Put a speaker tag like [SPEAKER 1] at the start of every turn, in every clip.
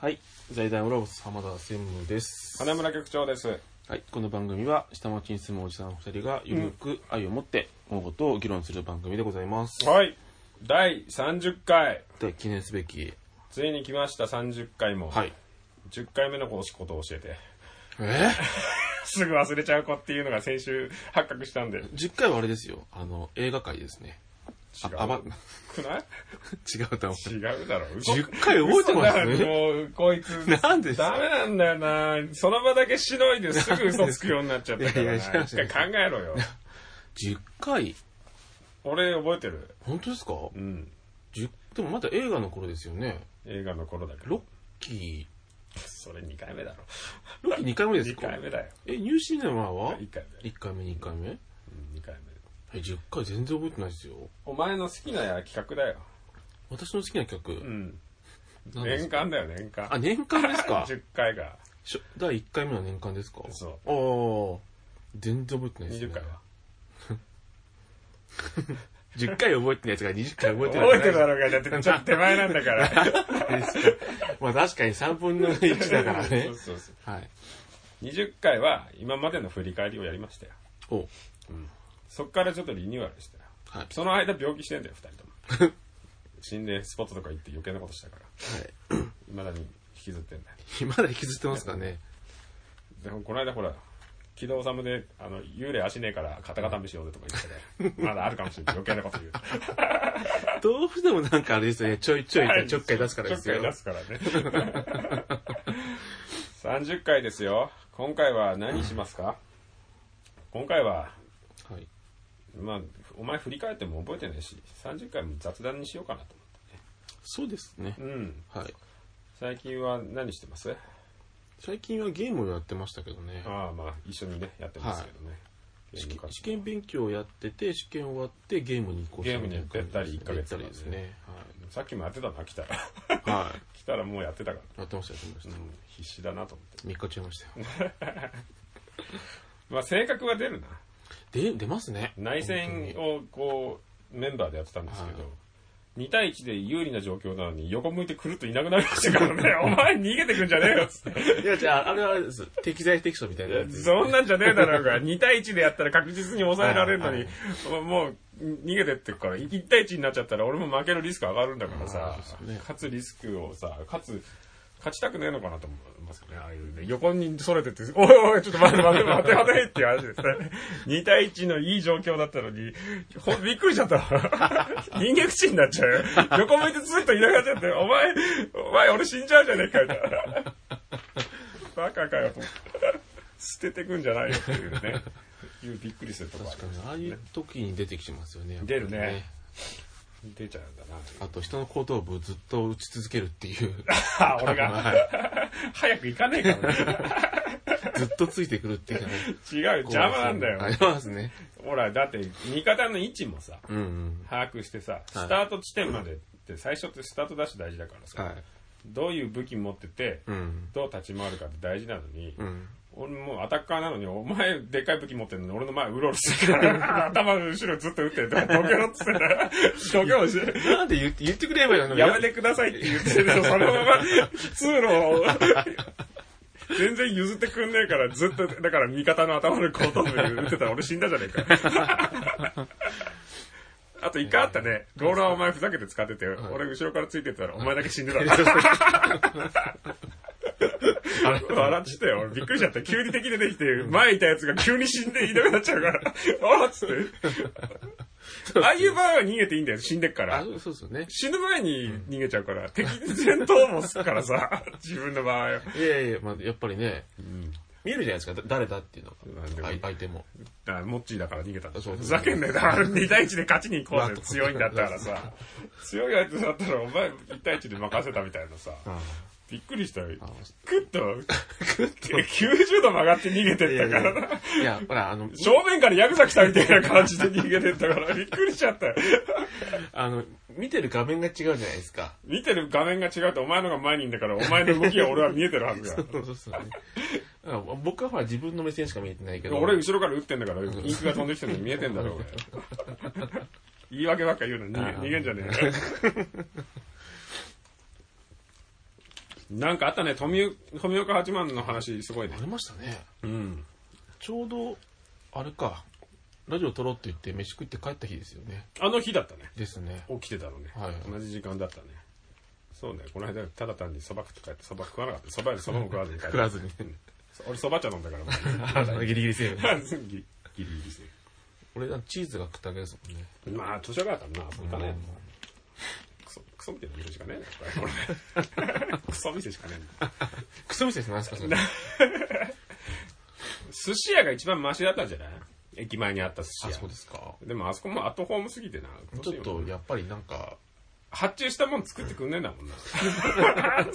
[SPEAKER 1] はい。財団オラボス浜田専務です。
[SPEAKER 2] 金村局長です。
[SPEAKER 1] はい。この番組は、下町に住むおじさん二人が、ゆるく愛を持って、物事を議論する番組でございます。
[SPEAKER 2] はい。第30回。
[SPEAKER 1] で、記念すべき、
[SPEAKER 2] ついに来ました、30回も。
[SPEAKER 1] はい。
[SPEAKER 2] 10回目のこうことを教えて。
[SPEAKER 1] え
[SPEAKER 2] すぐ忘れちゃう子っていうのが先週発覚したんで。違う。
[SPEAKER 1] 実回はあれですよ。あの、映画界ですね。あ、ば、
[SPEAKER 2] くない
[SPEAKER 1] 違うと思
[SPEAKER 2] 違うだろ。
[SPEAKER 1] 10回覚えてますね
[SPEAKER 2] 嘘だもう、こいつ。
[SPEAKER 1] う。なんです
[SPEAKER 2] ダ
[SPEAKER 1] か
[SPEAKER 2] メなんだよなその場だけしのいですぐ嘘つくようになっちゃったから
[SPEAKER 1] いやい
[SPEAKER 2] な。
[SPEAKER 1] や違う違う
[SPEAKER 2] 一回考え ろよ。
[SPEAKER 1] 10回
[SPEAKER 2] 俺覚えてる。
[SPEAKER 1] 本当ですか
[SPEAKER 2] うん。
[SPEAKER 1] 10でもまだ映画の頃ですよね。
[SPEAKER 2] 映画の頃だから。
[SPEAKER 1] ロッキ
[SPEAKER 2] それ2回目だろ。
[SPEAKER 1] ー、ロッキー2回目です
[SPEAKER 2] 2
[SPEAKER 1] か
[SPEAKER 2] 回目だよ。
[SPEAKER 1] え、ニューシネマは
[SPEAKER 2] 1回目。
[SPEAKER 1] 1回目、2回目
[SPEAKER 2] 2回目。
[SPEAKER 1] え、10回全然覚えてないですよ。
[SPEAKER 2] お前の好きな企画だよ。
[SPEAKER 1] 私の好きな曲、
[SPEAKER 2] うん。
[SPEAKER 1] 何です
[SPEAKER 2] 年
[SPEAKER 1] か
[SPEAKER 2] 間だよ、年間。
[SPEAKER 1] あ、年間ですか
[SPEAKER 2] 10回が。
[SPEAKER 1] しょ第1回目の年間ですか
[SPEAKER 2] そ
[SPEAKER 1] あ
[SPEAKER 2] う
[SPEAKER 1] ー全然覚えてないです、ね。
[SPEAKER 2] 20回は。
[SPEAKER 1] 10回覚えてないやつが20回覚えてない。
[SPEAKER 2] 覚えてるだろうが、だってちょっと手前なん だから。
[SPEAKER 1] まあ確かに3分の1だからね
[SPEAKER 2] そう。そうそう。
[SPEAKER 1] はい。
[SPEAKER 2] 20回は今までの振り返りをやりましたよ。
[SPEAKER 1] お
[SPEAKER 2] そっからちょっとリニューアルしたよ。
[SPEAKER 1] はい。
[SPEAKER 2] その間病気してんだよ、二人とも。 心霊スポットとか行って余計なことしたから。
[SPEAKER 1] はい。
[SPEAKER 2] 未だに引きずってんだよ。
[SPEAKER 1] まだ引きずってますかね。
[SPEAKER 2] でもこの間ほら、軌道治で、あの、幽霊足ねえから肩固めしようぜとか言って たから。まだあるかもしれない。余計なこと言う。
[SPEAKER 1] どうしてもなんかあれですよね。ちょいちょいちょっかい出すからですよ
[SPEAKER 2] ちょっ。かい出すからね。30回ですよ。今回は何しますか、今回は、
[SPEAKER 1] はい。
[SPEAKER 2] まあ、お前振り返っても覚えてないし、30回も雑談にしようかなと
[SPEAKER 1] そうですね。
[SPEAKER 2] 思って。うん。
[SPEAKER 1] はい。
[SPEAKER 2] 最近は何してます
[SPEAKER 1] 最近はゲームをやってましたけどね。
[SPEAKER 2] ああ、まあ、一緒にね、やってますけどね。ゲ
[SPEAKER 1] 試
[SPEAKER 2] ーム
[SPEAKER 1] 験
[SPEAKER 2] か
[SPEAKER 1] 試験勉強をやってて、試験終わってゲームに移行したみいな感じですね
[SPEAKER 2] ゲームに行ったり一ヶ月とかね
[SPEAKER 1] 行ったりですね。
[SPEAKER 2] さっきもやってたな、来たら。
[SPEAKER 1] はい。はい。
[SPEAKER 2] 来たらもうやってたか
[SPEAKER 1] やってました、やってました
[SPEAKER 2] ら。う。ん、必死だなと思って。
[SPEAKER 1] 3日ちゃいましたよ。
[SPEAKER 2] まあ、性格は出るな。
[SPEAKER 1] で、出ますね。
[SPEAKER 2] 内戦をこうメンバーでやってたんですけど、2対1で有利な状況なのに横向いてくるっといなくなりましたからね、お前逃げてくんじゃねえよっつって。
[SPEAKER 1] いや、じゃあ、あれはあれです。適材適所みたいなやつ。
[SPEAKER 2] そんなんじゃねえだろう が、2対1でやったら確実に抑えられるの
[SPEAKER 1] はい
[SPEAKER 2] に、もう逃げてってくから、1対1になっちゃったら俺も負けるリスク上がるんだからさ
[SPEAKER 1] あーそうですね、
[SPEAKER 2] 勝つリスクをさ、勝つ、勝ちたくねえのかなと思いますね。ああいうね、横に逸れてって、おいおい、ちょっと待って待って待って待ってっていう話ですね。2対1のいい状況だったのに、ほんびっくりしちゃったわ。 人間不信になっちゃうよ。横向いてずっといなくなっちゃって、お前、お前俺死んじゃうじゃねえかよ。バカかよと思って。捨ててくんじゃないよっていうね。いうびっくりするとこあ
[SPEAKER 1] 確かに、
[SPEAKER 2] る
[SPEAKER 1] ああいう時に出てきてますよね。
[SPEAKER 2] 出るね
[SPEAKER 1] やっぱり
[SPEAKER 2] 出ちゃうんだな。
[SPEAKER 1] あと、人の後頭部をずっと打ち続けるって いう。
[SPEAKER 2] あ、俺が。 早く行かねえからね。
[SPEAKER 1] ずっとついてくるっていうね。
[SPEAKER 2] 違うよ、邪魔なんだ
[SPEAKER 1] あり
[SPEAKER 2] よ。
[SPEAKER 1] ますね。
[SPEAKER 2] ほら、だって、味方の位置もさ、
[SPEAKER 1] うんうん。
[SPEAKER 2] 把握してさ、スタート地点までって、最初ってスタートダッシュ大事だからさ、
[SPEAKER 1] はい。
[SPEAKER 2] どういう武器持ってて、
[SPEAKER 1] うん。
[SPEAKER 2] どう立ち回るかって大事なのに、
[SPEAKER 1] うん。
[SPEAKER 2] 俺もうアタッカーなのに、お前でっかい武器持ってんのに、俺の前うろうろしてるから、頭の後ろずっと撃ってるとか、どけろっつってた ら、どけろしてる。
[SPEAKER 1] なんで言って、言ってくれればいいのに
[SPEAKER 2] やめてくださいって言ってるの、そのまま通路を。全然譲ってくんねえから、ずっと、だから味方の頭の後頭部で打ってたら俺死んだじゃねえか。あと一回あったね。ローラーお前ふざけて使ってて、俺後ろからついてったらお前だけ死ん でた。笑ってたよ。俺びっくりしちゃった。急に敵出てきて、前いたやつが急に死んでいなくなっちゃうから、あっつって。ああいう場合は逃げていいんだよ。死んでっから
[SPEAKER 1] あ、。そうそうですよね。
[SPEAKER 2] 死ぬ前に逃げちゃうから、敵戦闘もするからさ、 自分の場合は。
[SPEAKER 1] いやいや、まあ、やっぱりね、見えるじゃないですか、だ誰だっていうの
[SPEAKER 2] なんでも
[SPEAKER 1] が。あい相手も。
[SPEAKER 2] だからモッチーだから逃げたんだ
[SPEAKER 1] そう
[SPEAKER 2] ふざけんなよ。だから2対1で勝ちに行こう
[SPEAKER 1] う
[SPEAKER 2] ぜ。
[SPEAKER 1] わ
[SPEAKER 2] 強いんだったからさ。強い相手だったらお前1対1で任せたみたいなさ。びっくりしたよ。クッと、クッと90度曲がって逃げてったからな。
[SPEAKER 1] いや、ほら、あの、
[SPEAKER 2] 正面からヤクザ来たみたいな感じで逃げてったから、びっくりしちゃったよ。
[SPEAKER 1] あの、見てる画面が違うじゃないですか。
[SPEAKER 2] 見てる画面が違うとお前のが前にいんだから、お前の動きは俺は見えてるはずだよ。
[SPEAKER 1] そうそうそう、ね。だから 僕はほら自分の目線しか見えてないけど。
[SPEAKER 2] 俺後ろから撃ってんだから、インクが飛んできてるのに見えてんだろ、俺。 言い訳ばっか言うのに逃げ
[SPEAKER 1] あー
[SPEAKER 2] 逃げんじゃねえよ。 なんかあったね、富富岡八幡の話、すごいね
[SPEAKER 1] あ。りましたね。
[SPEAKER 2] うん。
[SPEAKER 1] ちょうど、あれか、ラジオ撮ろうって言って、飯食って帰った日ですよね。
[SPEAKER 2] あの日だったね。
[SPEAKER 1] ですね。
[SPEAKER 2] 起きてたのね。
[SPEAKER 1] はい
[SPEAKER 2] 同じ時間だったね。そうね、この間、ただ単に蕎麦食って帰って、蕎麦食わなかった。蕎麦屋で蕎麦も食わずに帰った。
[SPEAKER 1] 食わずに。
[SPEAKER 2] 俺蕎麦茶飲んだ から、も
[SPEAKER 1] ギリギリセーフ。
[SPEAKER 2] う ギリギリですね。
[SPEAKER 1] 俺、チーズが食ったわけですもんね。
[SPEAKER 2] まあ、図書館だな、そうかね。クソ、クソみたいな店しかねえな、これ。クソ店しかねえな。
[SPEAKER 1] クソ店ですなんですか、それ。
[SPEAKER 2] 寿司屋が一番マシだったんじゃない駅前にあった寿司
[SPEAKER 1] あ、
[SPEAKER 2] 屋。
[SPEAKER 1] そうですか。
[SPEAKER 2] でもあそこもアットホームすぎてな。
[SPEAKER 1] ちょっと、やっぱりなんか、
[SPEAKER 2] 発注したもん作ってくんねえんだもんな。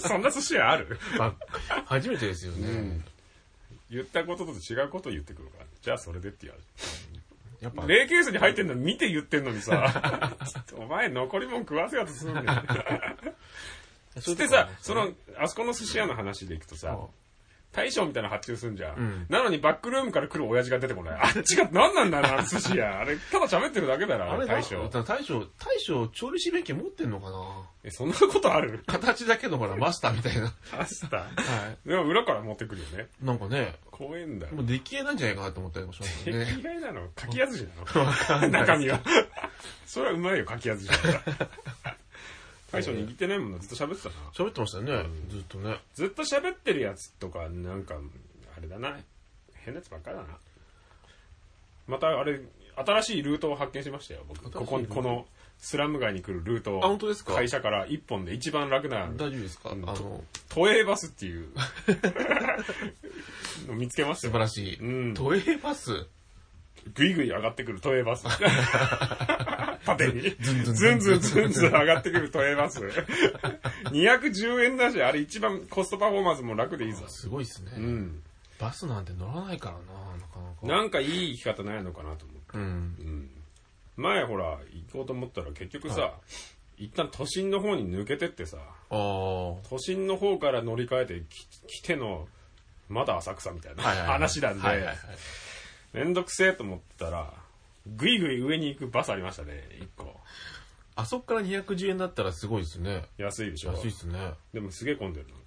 [SPEAKER 2] そんな寿司屋ある
[SPEAKER 1] まあ、初めてですよね。
[SPEAKER 2] 言ったことと違うことを言ってくるから。じゃあそれでってやる。
[SPEAKER 1] やっぱ、
[SPEAKER 2] レーケースに入ってんの見て言ってんのにさ、 お前残りもん食わせようとするんだよ。
[SPEAKER 1] そ
[SPEAKER 2] そう
[SPEAKER 1] い
[SPEAKER 2] し
[SPEAKER 1] うと
[SPEAKER 2] て
[SPEAKER 1] こあり
[SPEAKER 2] さ
[SPEAKER 1] ま、す
[SPEAKER 2] そ
[SPEAKER 1] ね
[SPEAKER 2] の、あそこの寿司屋の話でいくとさ
[SPEAKER 1] うん、
[SPEAKER 2] 大将みたいなの発注すんじゃん,、
[SPEAKER 1] ん
[SPEAKER 2] なのにバックルームから来る親父が出て こない。あっちが何なんだよな、あの寿司屋。あれ、ただ喋ってるだけだ
[SPEAKER 1] あ
[SPEAKER 2] な、
[SPEAKER 1] れ
[SPEAKER 2] 大
[SPEAKER 1] 大
[SPEAKER 2] 将
[SPEAKER 1] 将。。大将、大将、調理師免許持ってんのかな
[SPEAKER 2] え、そんなことある
[SPEAKER 1] 形だけどほら、マスターみたいな。
[SPEAKER 2] パスタ。
[SPEAKER 1] は
[SPEAKER 2] でも裏から持ってくるよね。
[SPEAKER 1] い。なんかね、
[SPEAKER 2] 怖えんだよ
[SPEAKER 1] も。う出来合いなんじゃないかなと思ったりもしました
[SPEAKER 2] え、
[SPEAKER 1] ね。
[SPEAKER 2] 意外なのかきやすしなの中身は。それはうまいよ、かきやすしだから。大将握ってないもんな、ずっと喋ってたな。
[SPEAKER 1] 喋ってましたよね、ずっとね。
[SPEAKER 2] ずっと喋ってるやつとか、なんか、あれだな。変なやつばっかりだな。また、あれ、新しいルートを発見しましたよ、僕。
[SPEAKER 1] 新しいルート
[SPEAKER 2] ここに、この、スラム街に来るルートを。
[SPEAKER 1] あ本当ですか
[SPEAKER 2] 会社から一本で一番楽な、
[SPEAKER 1] 大丈夫ですかあ
[SPEAKER 2] うん
[SPEAKER 1] の、
[SPEAKER 2] 都営バスっ ていう、のを見つけました
[SPEAKER 1] 素
[SPEAKER 2] よ
[SPEAKER 1] 晴。らしい。
[SPEAKER 2] うん
[SPEAKER 1] 都営バス
[SPEAKER 2] ぐいぐい上がってくる都 営バス。縦に。ずん
[SPEAKER 1] ず
[SPEAKER 2] ず
[SPEAKER 1] ん
[SPEAKER 2] ん
[SPEAKER 1] ず
[SPEAKER 2] ず
[SPEAKER 1] ん
[SPEAKER 2] んずん上がってくる都 営バス。210円だし、あれ一番コストパフォーマンスも楽でいいぞ。
[SPEAKER 1] すごいっすね、
[SPEAKER 2] うん。
[SPEAKER 1] バスなんて乗らないからな、なかなか。
[SPEAKER 2] なんかいい生き方ないのかなと思って。
[SPEAKER 1] うん。
[SPEAKER 2] うん。前ほら、行こうと思ったら結局さ、一旦都心の方に抜けてってさ、
[SPEAKER 1] ああ。は
[SPEAKER 2] 都心の方から乗り換えてき来ての、まだ浅草みたいない
[SPEAKER 1] はいはい
[SPEAKER 2] 話なんで、
[SPEAKER 1] はいはいはい
[SPEAKER 2] めんどくせえと思ってたら、ぐいぐい上に行くバスありましたね、一個。
[SPEAKER 1] あそこから210円だったらすごいですね。
[SPEAKER 2] 安いでしょ。
[SPEAKER 1] 安いっすね。
[SPEAKER 2] でもすげえ混んでるなんか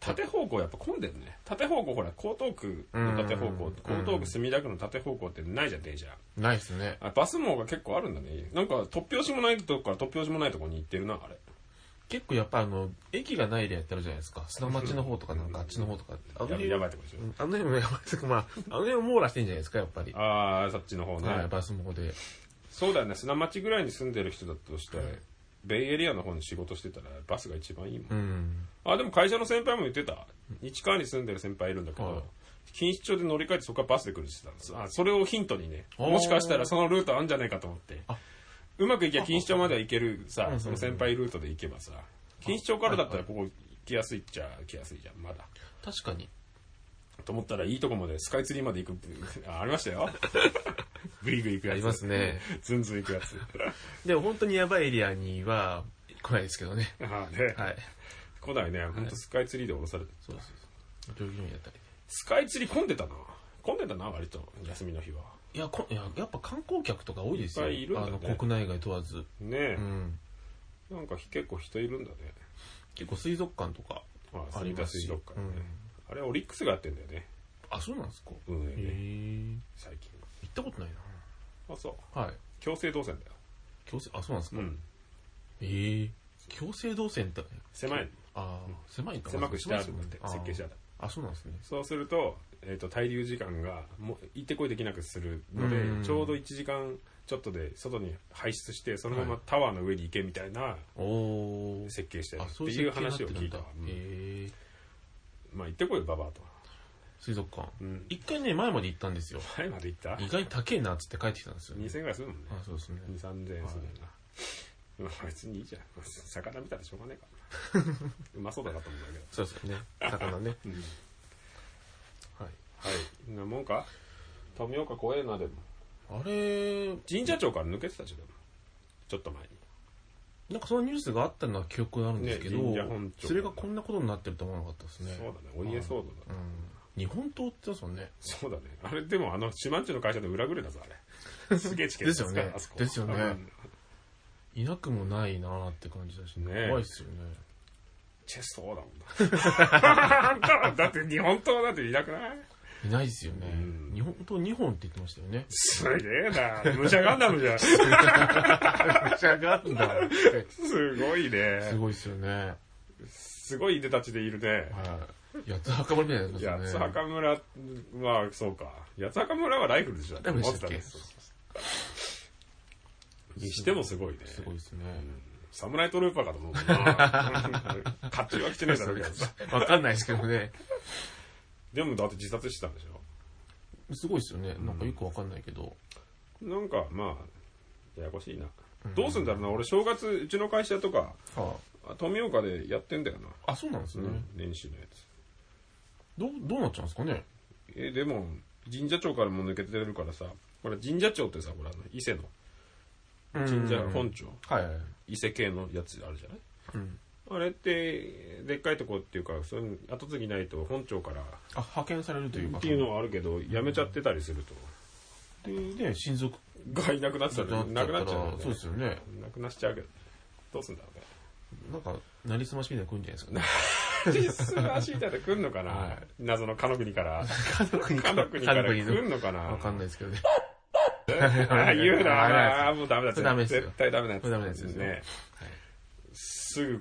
[SPEAKER 2] 縦方向やっぱ混んでるね縦方向ほら江東区の縦方
[SPEAKER 1] う
[SPEAKER 2] 向
[SPEAKER 1] ん
[SPEAKER 2] 江東区墨田区の縦方向ってないじゃん電車
[SPEAKER 1] ないっすね。
[SPEAKER 2] あバス網が結構あるんだねなんか突拍子もないとこから突拍子もないとこに行ってるなあれ
[SPEAKER 1] 結構やっぱあの、駅がないエリアやってあるじゃないですか。砂町の方とかなんかあっちの方とかって。あの
[SPEAKER 2] や
[SPEAKER 1] 辺
[SPEAKER 2] やばいとこでしょ、
[SPEAKER 1] うんあの辺もやばい ですけどまあ、あの辺を網羅してんじゃないですか、やっぱり。
[SPEAKER 2] ああそっちの方ね、
[SPEAKER 1] はい、バスもこで。
[SPEAKER 2] そうだよね砂町ぐらいに住んでる人だとして、ベイエリアの方に仕事してたらバスが一番いいも
[SPEAKER 1] う
[SPEAKER 2] ん、
[SPEAKER 1] ん。
[SPEAKER 2] あでも会社の先輩も言ってた市川に住んでる先輩いるんだけど、
[SPEAKER 1] はい
[SPEAKER 2] 錦糸町で乗り換えてそこからバスで来るって言ってたのあそれをヒントにね
[SPEAKER 1] あー
[SPEAKER 2] もしかしたらそのルートあるんじゃないかと思って
[SPEAKER 1] あ
[SPEAKER 2] うまくいけば錦糸町までは行けるさ
[SPEAKER 1] うん
[SPEAKER 2] その先輩ルートで行けばさ錦糸町からだったらここ行きやすいっちゃ行きやすいじゃんまだ
[SPEAKER 1] 確かに。
[SPEAKER 2] と思ったらいいとこまでスカイツリーまで行く あありまし たよグイグイ行くやつ
[SPEAKER 1] ありますね
[SPEAKER 2] ズンズン行くやつ
[SPEAKER 1] でも本当にやばいエリアには来ないですけどね。
[SPEAKER 2] ああね、
[SPEAKER 1] はい。
[SPEAKER 2] 来ないね本当スカイツリーで降ろされて
[SPEAKER 1] そうです。上議論やったり。
[SPEAKER 2] スカイツリー混んでたな混んでたな割と休みの日はい
[SPEAKER 1] や、こいややっぱ観光客とか多いですよ。
[SPEAKER 2] いっぱいいるんだね
[SPEAKER 1] あの、国内外問わず。
[SPEAKER 2] ねえ、
[SPEAKER 1] うん。
[SPEAKER 2] なんか結構人いるんだね。
[SPEAKER 1] 結構水族館とか
[SPEAKER 2] あ
[SPEAKER 1] ありますし。
[SPEAKER 2] 水族館ね。
[SPEAKER 1] うん
[SPEAKER 2] あれオリックスがやってんだよね。
[SPEAKER 1] あ、そうなんですか。
[SPEAKER 2] 運営
[SPEAKER 1] へ
[SPEAKER 2] ね。
[SPEAKER 1] え。
[SPEAKER 2] 最近。
[SPEAKER 1] 行ったことない
[SPEAKER 2] あ、そう。
[SPEAKER 1] な。はい。
[SPEAKER 2] 強制動線だよ。
[SPEAKER 1] 強制、あ、そうなんですか。
[SPEAKER 2] ん。
[SPEAKER 1] へえ。強制動線って、
[SPEAKER 2] 狭い。
[SPEAKER 1] ああ、狭いんだ
[SPEAKER 2] 狭くしてあるんだって、
[SPEAKER 1] あー
[SPEAKER 2] 設計してある。
[SPEAKER 1] あ、そうなんですね。
[SPEAKER 2] そうすると、えっ、と、滞留時間が、もう、行ってこいできなくするので、
[SPEAKER 1] うん
[SPEAKER 2] ちょうど1時間ちょっとで外に排出して、そのままタワーの上に行けみたいな
[SPEAKER 1] おー。
[SPEAKER 2] 設計してる
[SPEAKER 1] あ、
[SPEAKER 2] って
[SPEAKER 1] そう
[SPEAKER 2] い
[SPEAKER 1] いうう設
[SPEAKER 2] 話
[SPEAKER 1] 計
[SPEAKER 2] を
[SPEAKER 1] になって
[SPEAKER 2] 聞
[SPEAKER 1] る
[SPEAKER 2] い
[SPEAKER 1] ん
[SPEAKER 2] た
[SPEAKER 1] だ
[SPEAKER 2] わ。。うん
[SPEAKER 1] へえ。
[SPEAKER 2] まあ、行ってこいよ、ババアと。
[SPEAKER 1] 水族館。
[SPEAKER 2] うん。
[SPEAKER 1] 一回ね、前まで行ったんですよ。
[SPEAKER 2] 前まで行った
[SPEAKER 1] 意外に高えなっつって帰ってきたんですよ、ね。
[SPEAKER 2] ?2000 円ぐらいするもんね。
[SPEAKER 1] あ、そうですね。
[SPEAKER 2] 2、3000円するよな。まあ別にいいじゃん。魚見たらしょうがね えからな。うまそうだなと思うんだけ
[SPEAKER 1] そうですね。魚ね。
[SPEAKER 2] ど。 うん
[SPEAKER 1] はい。
[SPEAKER 2] はい。んなもんか富岡怖えな、でも。
[SPEAKER 1] あれ、
[SPEAKER 2] 神社町から抜けてたじゃん、でもちょっと前に。
[SPEAKER 1] なんかそのニュースがあったのは記憶があるんですけど、
[SPEAKER 2] ね神社本庁
[SPEAKER 1] それがこんなことになってるとは思わなかったですね。
[SPEAKER 2] そうだね、お家騒動だ。
[SPEAKER 1] うん。日本刀って言ってますもんね。
[SPEAKER 2] そうだね。あれ、でもあの、四万十の会社の裏ぐれだぞ、あれ。すげえチケット使
[SPEAKER 1] で
[SPEAKER 2] う
[SPEAKER 1] すよね
[SPEAKER 2] あそこ
[SPEAKER 1] ですよね
[SPEAKER 2] うん
[SPEAKER 1] いなくもないなーって感じだしね。
[SPEAKER 2] ね
[SPEAKER 1] 怖いっすよね。
[SPEAKER 2] チェスト王だもんな。 だって日本刀なんていなくない
[SPEAKER 1] いないですよね
[SPEAKER 2] う。ん。
[SPEAKER 1] 日本刀2本って言ってましたよね
[SPEAKER 2] すげえな。武者ガンダムじゃん。す
[SPEAKER 1] めちゃガンダムって
[SPEAKER 2] ご い
[SPEAKER 1] す
[SPEAKER 2] ね。
[SPEAKER 1] ごいですよね。
[SPEAKER 2] すごい出立ちでいるね。
[SPEAKER 1] はい。八つ墓場みたいになってま
[SPEAKER 2] 八
[SPEAKER 1] す
[SPEAKER 2] つ
[SPEAKER 1] よね。
[SPEAKER 2] 墓村は、そうか。八つ墓村はライフルでしょ。
[SPEAKER 1] ライフルでしたっけ
[SPEAKER 2] 持ってそうそうそうにしてもすごいね。
[SPEAKER 1] すごいですね。
[SPEAKER 2] サムライトルーパーかと思うも んな。甲冑は着てねえだろうけどさ。
[SPEAKER 1] わかんないですけどね。
[SPEAKER 2] でもだって自殺してたんでしょ。
[SPEAKER 1] すごいですよね。なんかよくわかんないけど。
[SPEAKER 2] なんか、まあ、ややこしいな。どうすんだろうな。俺、正月、うちの会社とか、
[SPEAKER 1] は
[SPEAKER 2] あ富岡でやってんだよな。
[SPEAKER 1] あ、あ、そうなんですね。
[SPEAKER 2] 年始のやつ。
[SPEAKER 1] どう、どうなっちゃうんですかね。
[SPEAKER 2] え、でも、神社庁からも抜けてるからさ、これ神社庁ってさ、これあの、伊勢の、神社本庁、
[SPEAKER 1] はい。
[SPEAKER 2] 伊勢系のやつあるじゃない
[SPEAKER 1] うん。
[SPEAKER 2] あれって、でっかいとこっていうか、そういうの後継ぎないと本庁から
[SPEAKER 1] あ、派遣されるというか。
[SPEAKER 2] っていうのはあるけど、辞めちゃってたりすると、
[SPEAKER 1] で、ね、親族
[SPEAKER 2] がいなくなってたら、なくなっちゃうよね、
[SPEAKER 1] そうですよね。
[SPEAKER 2] なくなっちゃうけど、どうすんだろうね。
[SPEAKER 1] なんか、なりすましみたいなの来るんじゃないですかね。
[SPEAKER 2] 実際足痛いて来んのかな、
[SPEAKER 1] はい
[SPEAKER 2] 謎のの国から。
[SPEAKER 1] 家族
[SPEAKER 2] 家の国から来んのかな
[SPEAKER 1] わかんないですけどね。
[SPEAKER 2] あ、 言
[SPEAKER 1] ダメ
[SPEAKER 2] うな
[SPEAKER 1] な
[SPEAKER 2] あもうダメだ
[SPEAKER 1] それダメですよ
[SPEAKER 2] 絶対ダメなやつ。
[SPEAKER 1] それダメなやつですよ
[SPEAKER 2] ね。
[SPEAKER 1] はい
[SPEAKER 2] すぐ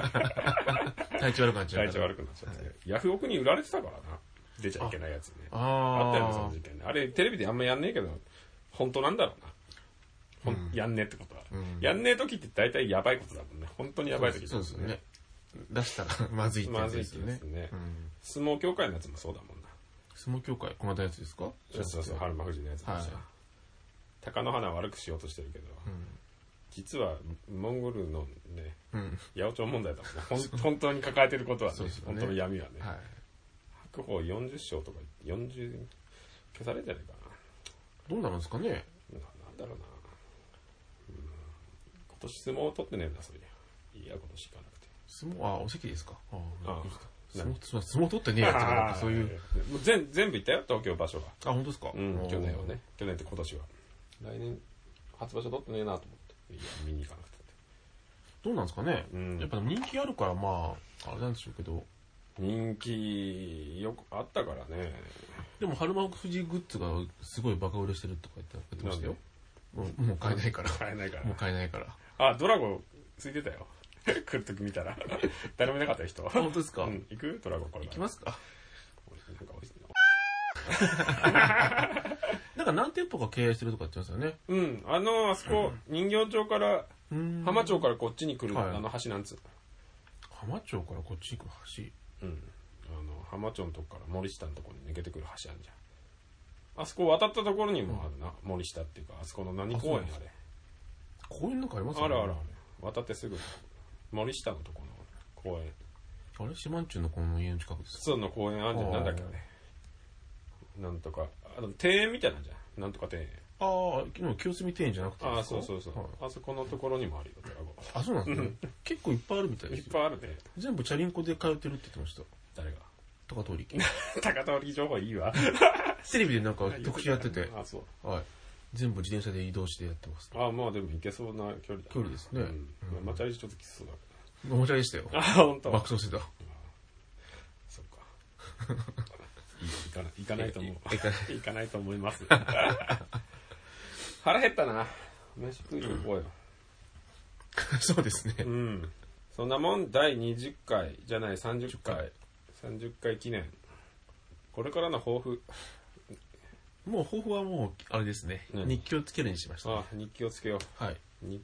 [SPEAKER 1] 体調悪くなっちゃうか
[SPEAKER 2] 体
[SPEAKER 1] ら。
[SPEAKER 2] 調悪くなっちゃって。ヤフオクに売られてたからな。出ちゃいけないやつね。
[SPEAKER 1] あ
[SPEAKER 2] あったよね、そ
[SPEAKER 1] あ
[SPEAKER 2] の事件ね。あれ、テレビであんまやんねえけど、本当なんだろうな。ほんやんねえってことは。
[SPEAKER 1] ん
[SPEAKER 2] やんねえ時って大体やばいことだもんね。本当にやばい時
[SPEAKER 1] そうですよね。出したらまずいってや
[SPEAKER 2] ま
[SPEAKER 1] つ
[SPEAKER 2] ずい
[SPEAKER 1] で
[SPEAKER 2] ですす
[SPEAKER 1] よね。
[SPEAKER 2] ね
[SPEAKER 1] う。ん。
[SPEAKER 2] 相撲協会のやつもそうだもんな。
[SPEAKER 1] 相撲協会、この間やつですか
[SPEAKER 2] そうそうそう、春馬富士のやつも
[SPEAKER 1] はい
[SPEAKER 2] さ。鷹の花悪くしようとしてるけど、
[SPEAKER 1] ん
[SPEAKER 2] 実はモンゴルのね、
[SPEAKER 1] うん。
[SPEAKER 2] 八百長問題だもんねほん。 本当に抱えてることはね
[SPEAKER 1] そうですよね
[SPEAKER 2] 本当の闇はね。
[SPEAKER 1] はい。
[SPEAKER 2] 白鵬40勝とか40消されるんじゃないかな。
[SPEAKER 1] どうなるんですかね
[SPEAKER 2] ななんだろうな、うん今年相撲取ってねえんだそれいや今年行かなくて
[SPEAKER 1] 相撲、あ、お席ですかあ
[SPEAKER 2] あ
[SPEAKER 1] あ相撲、相撲相撲取ってねえやつが、そういう。
[SPEAKER 2] もう全全部行ったよ東京場所は、
[SPEAKER 1] あ、本当ですか
[SPEAKER 2] うん、去年はね。去年って今年は来年初場所取ってねえなと思っていや見に行かなくて
[SPEAKER 1] どうなんですかね
[SPEAKER 2] うん
[SPEAKER 1] やっぱ人気あるから、まあ、あれなんでしょうけど。
[SPEAKER 2] 人気よくあったからね
[SPEAKER 1] でも、春馬富士グッズがすごいバカ売れしてるとか言って言ってましたよ。もうもう買えないから。
[SPEAKER 2] 買えないから
[SPEAKER 1] もう買えない から。
[SPEAKER 2] あドラゴンついてたよ 来るとき見たら 誰もいなかったよ人
[SPEAKER 1] 本当ですか
[SPEAKER 2] うん、行くドラゴンこれ
[SPEAKER 1] 行きますすか
[SPEAKER 2] なんか美味しいな
[SPEAKER 1] なんか何店舗か経営してるとか言ってますよね。
[SPEAKER 2] うんあのあそこ人形町から
[SPEAKER 1] うん
[SPEAKER 2] 浜町からこっちに来る、
[SPEAKER 1] はい
[SPEAKER 2] あの橋なんつう
[SPEAKER 1] 浜町からこっち行く橋。
[SPEAKER 2] のうんあの浜町のとこから森下のとこに抜けてくる橋あるじゃんあそこ渡ったところにもあるな、森下っていうかあそこの何公園
[SPEAKER 1] あ
[SPEAKER 2] あれ
[SPEAKER 1] 公園なんかあります
[SPEAKER 2] あるあるあ
[SPEAKER 1] あ
[SPEAKER 2] る渡ってすぐ森下のとこの公園
[SPEAKER 1] れ。あれ島んちゅうのこの家の近くです
[SPEAKER 2] 普。通の公園あるじゃん
[SPEAKER 1] あー
[SPEAKER 2] なんだっけあれなんとかあの庭園みたいなんじゃんなんとか庭園
[SPEAKER 1] ああ、昨日清澄庭園じゃなくてですか
[SPEAKER 2] ああそうそうそう、
[SPEAKER 1] はい
[SPEAKER 2] あそこのところにもあるよドラゴ
[SPEAKER 1] あ、そうなんですね。結構いっぱいあるみたい
[SPEAKER 2] ン
[SPEAKER 1] で
[SPEAKER 2] いっ
[SPEAKER 1] すよ。
[SPEAKER 2] ぱいあるね
[SPEAKER 1] 全部チャリンコで通ってるって言ってました。
[SPEAKER 2] 誰が
[SPEAKER 1] 高通 力。
[SPEAKER 2] 高取情報いい わ
[SPEAKER 1] テレビでなんか特集やってて、
[SPEAKER 2] あそう
[SPEAKER 1] はい。全部自転車で移動してやってます。
[SPEAKER 2] あまあでも行けそうな距離だ
[SPEAKER 1] 距離ですね
[SPEAKER 2] うんまあマチャリちょっときつそうだけ
[SPEAKER 1] おもちゃでしたよ。
[SPEAKER 2] どあ本当
[SPEAKER 1] 爆。走してた。
[SPEAKER 2] そっかいい行かない行かないと思う
[SPEAKER 1] ええ行かな
[SPEAKER 2] 行かないと思います腹減ったな飯食いに行こうよ
[SPEAKER 1] そうですね
[SPEAKER 2] う。んそんなもん第20回じゃない30
[SPEAKER 1] 10
[SPEAKER 2] 回
[SPEAKER 1] 回
[SPEAKER 2] 30回記念これからの抱負
[SPEAKER 1] もう抱負はもう、あれですね。
[SPEAKER 2] 何
[SPEAKER 1] 日記をつけるにしましたね、
[SPEAKER 2] あ日記をつけよう
[SPEAKER 1] はい。
[SPEAKER 2] に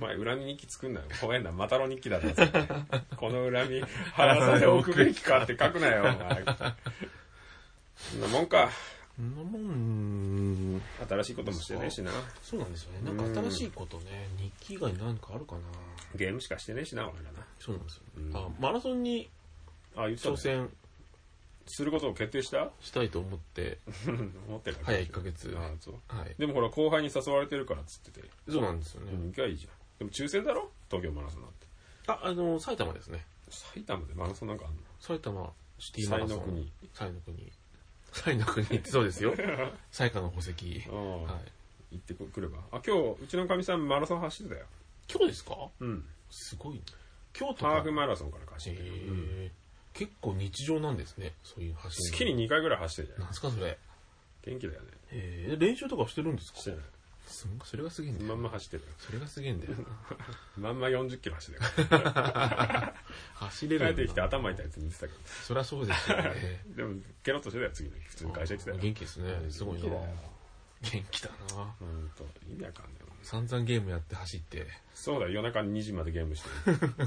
[SPEAKER 2] お前、裏に日記作んなよ。怖えな、またの日記だな。それこの裏に腹させ置くべきかって書くなよ、お前。そんなもんか。
[SPEAKER 1] そんなもん、
[SPEAKER 2] 新しいこともしてねえしな。
[SPEAKER 1] そうなんですよね。なんか新しいことね、日記以外に何かあるかな。
[SPEAKER 2] ゲームしかしてねえしな、俺ら
[SPEAKER 1] そうなんですよ、ね
[SPEAKER 2] うん
[SPEAKER 1] あ、マラソンに
[SPEAKER 2] な。あ、言ってた
[SPEAKER 1] 挑
[SPEAKER 2] ね
[SPEAKER 1] 戦
[SPEAKER 2] することを決定した
[SPEAKER 1] したいと思って、
[SPEAKER 2] 思ってる
[SPEAKER 1] 早い1ヶ月。
[SPEAKER 2] あそう。
[SPEAKER 1] はい。
[SPEAKER 2] でもほら、後輩に誘われてるからっつってて。
[SPEAKER 1] そうなんですよね。
[SPEAKER 2] 行きゃいいじゃん。でも抽選だろ東京マラソンなんて。
[SPEAKER 1] あ、あの、埼玉ですね。
[SPEAKER 2] 埼玉でマラソンなんかあんの
[SPEAKER 1] 埼玉シティマラソン。
[SPEAKER 2] 彩の国。
[SPEAKER 1] 彩の国。彩の国ってそうです よ。彩花の宝石。
[SPEAKER 2] うん
[SPEAKER 1] はい。
[SPEAKER 2] 行ってくれば。あ、今日、うちのかみさんマラソン走ってたよ。
[SPEAKER 1] 今日ですか
[SPEAKER 2] うん。
[SPEAKER 1] すごいね。京都
[SPEAKER 2] ハ
[SPEAKER 1] か
[SPEAKER 2] ーフマラソンから走
[SPEAKER 1] へ
[SPEAKER 2] ってる、うん
[SPEAKER 1] え結構日常なんですねそういう走り
[SPEAKER 2] 月に2回ぐらい走ってるじゃん
[SPEAKER 1] なんすかそれへ
[SPEAKER 2] 元気だよね
[SPEAKER 1] え練習とかしてるんですか
[SPEAKER 2] してない
[SPEAKER 1] すんそれがすげえんだよ
[SPEAKER 2] まんま走ってる
[SPEAKER 1] それがすげえんだ よな
[SPEAKER 2] まんま40キロ走ってる
[SPEAKER 1] 走れ
[SPEAKER 2] 帰
[SPEAKER 1] る
[SPEAKER 2] ってきて頭痛い
[SPEAKER 1] い
[SPEAKER 2] やつに言ってたけ
[SPEAKER 1] そりゃそうですよ ね
[SPEAKER 2] どでもケロッとしてたよ次の日普通に会社行ってたよ
[SPEAKER 1] 元気ですねすごいな
[SPEAKER 2] 元気だよ
[SPEAKER 1] 元気だな
[SPEAKER 2] うんと意味わかんないもんね
[SPEAKER 1] 散々ゲームやって走って
[SPEAKER 2] そうだよ夜中に2時までゲームし て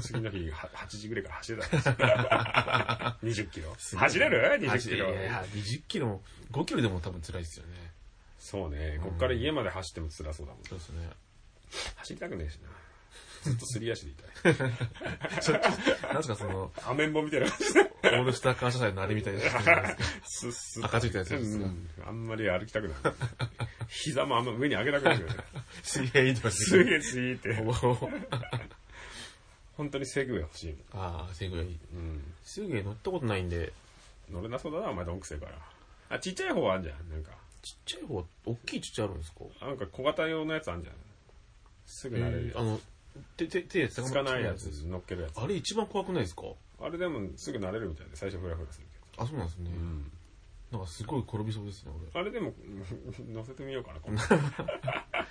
[SPEAKER 2] 次の日は8時ぐらいから走ってた2 0キロ走れる2 0キロ
[SPEAKER 1] 走いや20キロも5キロでも多分辛いですよね
[SPEAKER 2] そうねこっから家まで走っても辛そうだもん
[SPEAKER 1] そうですね
[SPEAKER 2] 走りたくねえしなずっとすり足でい たい
[SPEAKER 1] なんすかその
[SPEAKER 2] アメンボみたいな感じで
[SPEAKER 1] オールスター感謝祭のあれみたいなやつじゃないですか
[SPEAKER 2] スッスッ
[SPEAKER 1] 赤ついたやつですか
[SPEAKER 2] うんあんまり歩きたくない膝もあんま上に上げたくない
[SPEAKER 1] 水泳移動
[SPEAKER 2] すげえすげえって
[SPEAKER 1] おお
[SPEAKER 2] 本当にセグウェイ欲しいもん
[SPEAKER 1] ああセグウェイ
[SPEAKER 2] うん
[SPEAKER 1] セグウェイ乗ったことないんで
[SPEAKER 2] 乗れなそうだなお前どんくせえからあちっちゃい方あんじゃんなんか
[SPEAKER 1] ちっちゃい方大きいちっちゃいあるんですか
[SPEAKER 2] なんか小型用のやつあんじゃんすぐ慣れる
[SPEAKER 1] あ
[SPEAKER 2] や
[SPEAKER 1] の手手手
[SPEAKER 2] つ
[SPEAKER 1] つ
[SPEAKER 2] つかないやつ乗っけるやつ
[SPEAKER 1] あれ一番怖くないですか
[SPEAKER 2] あれでもすぐ慣れるみたいで最初フラフラする
[SPEAKER 1] あそうなんですね
[SPEAKER 2] けどうん
[SPEAKER 1] なんかすごい転びそうですね
[SPEAKER 2] あれでも 乗せてみようかな今度
[SPEAKER 1] 俺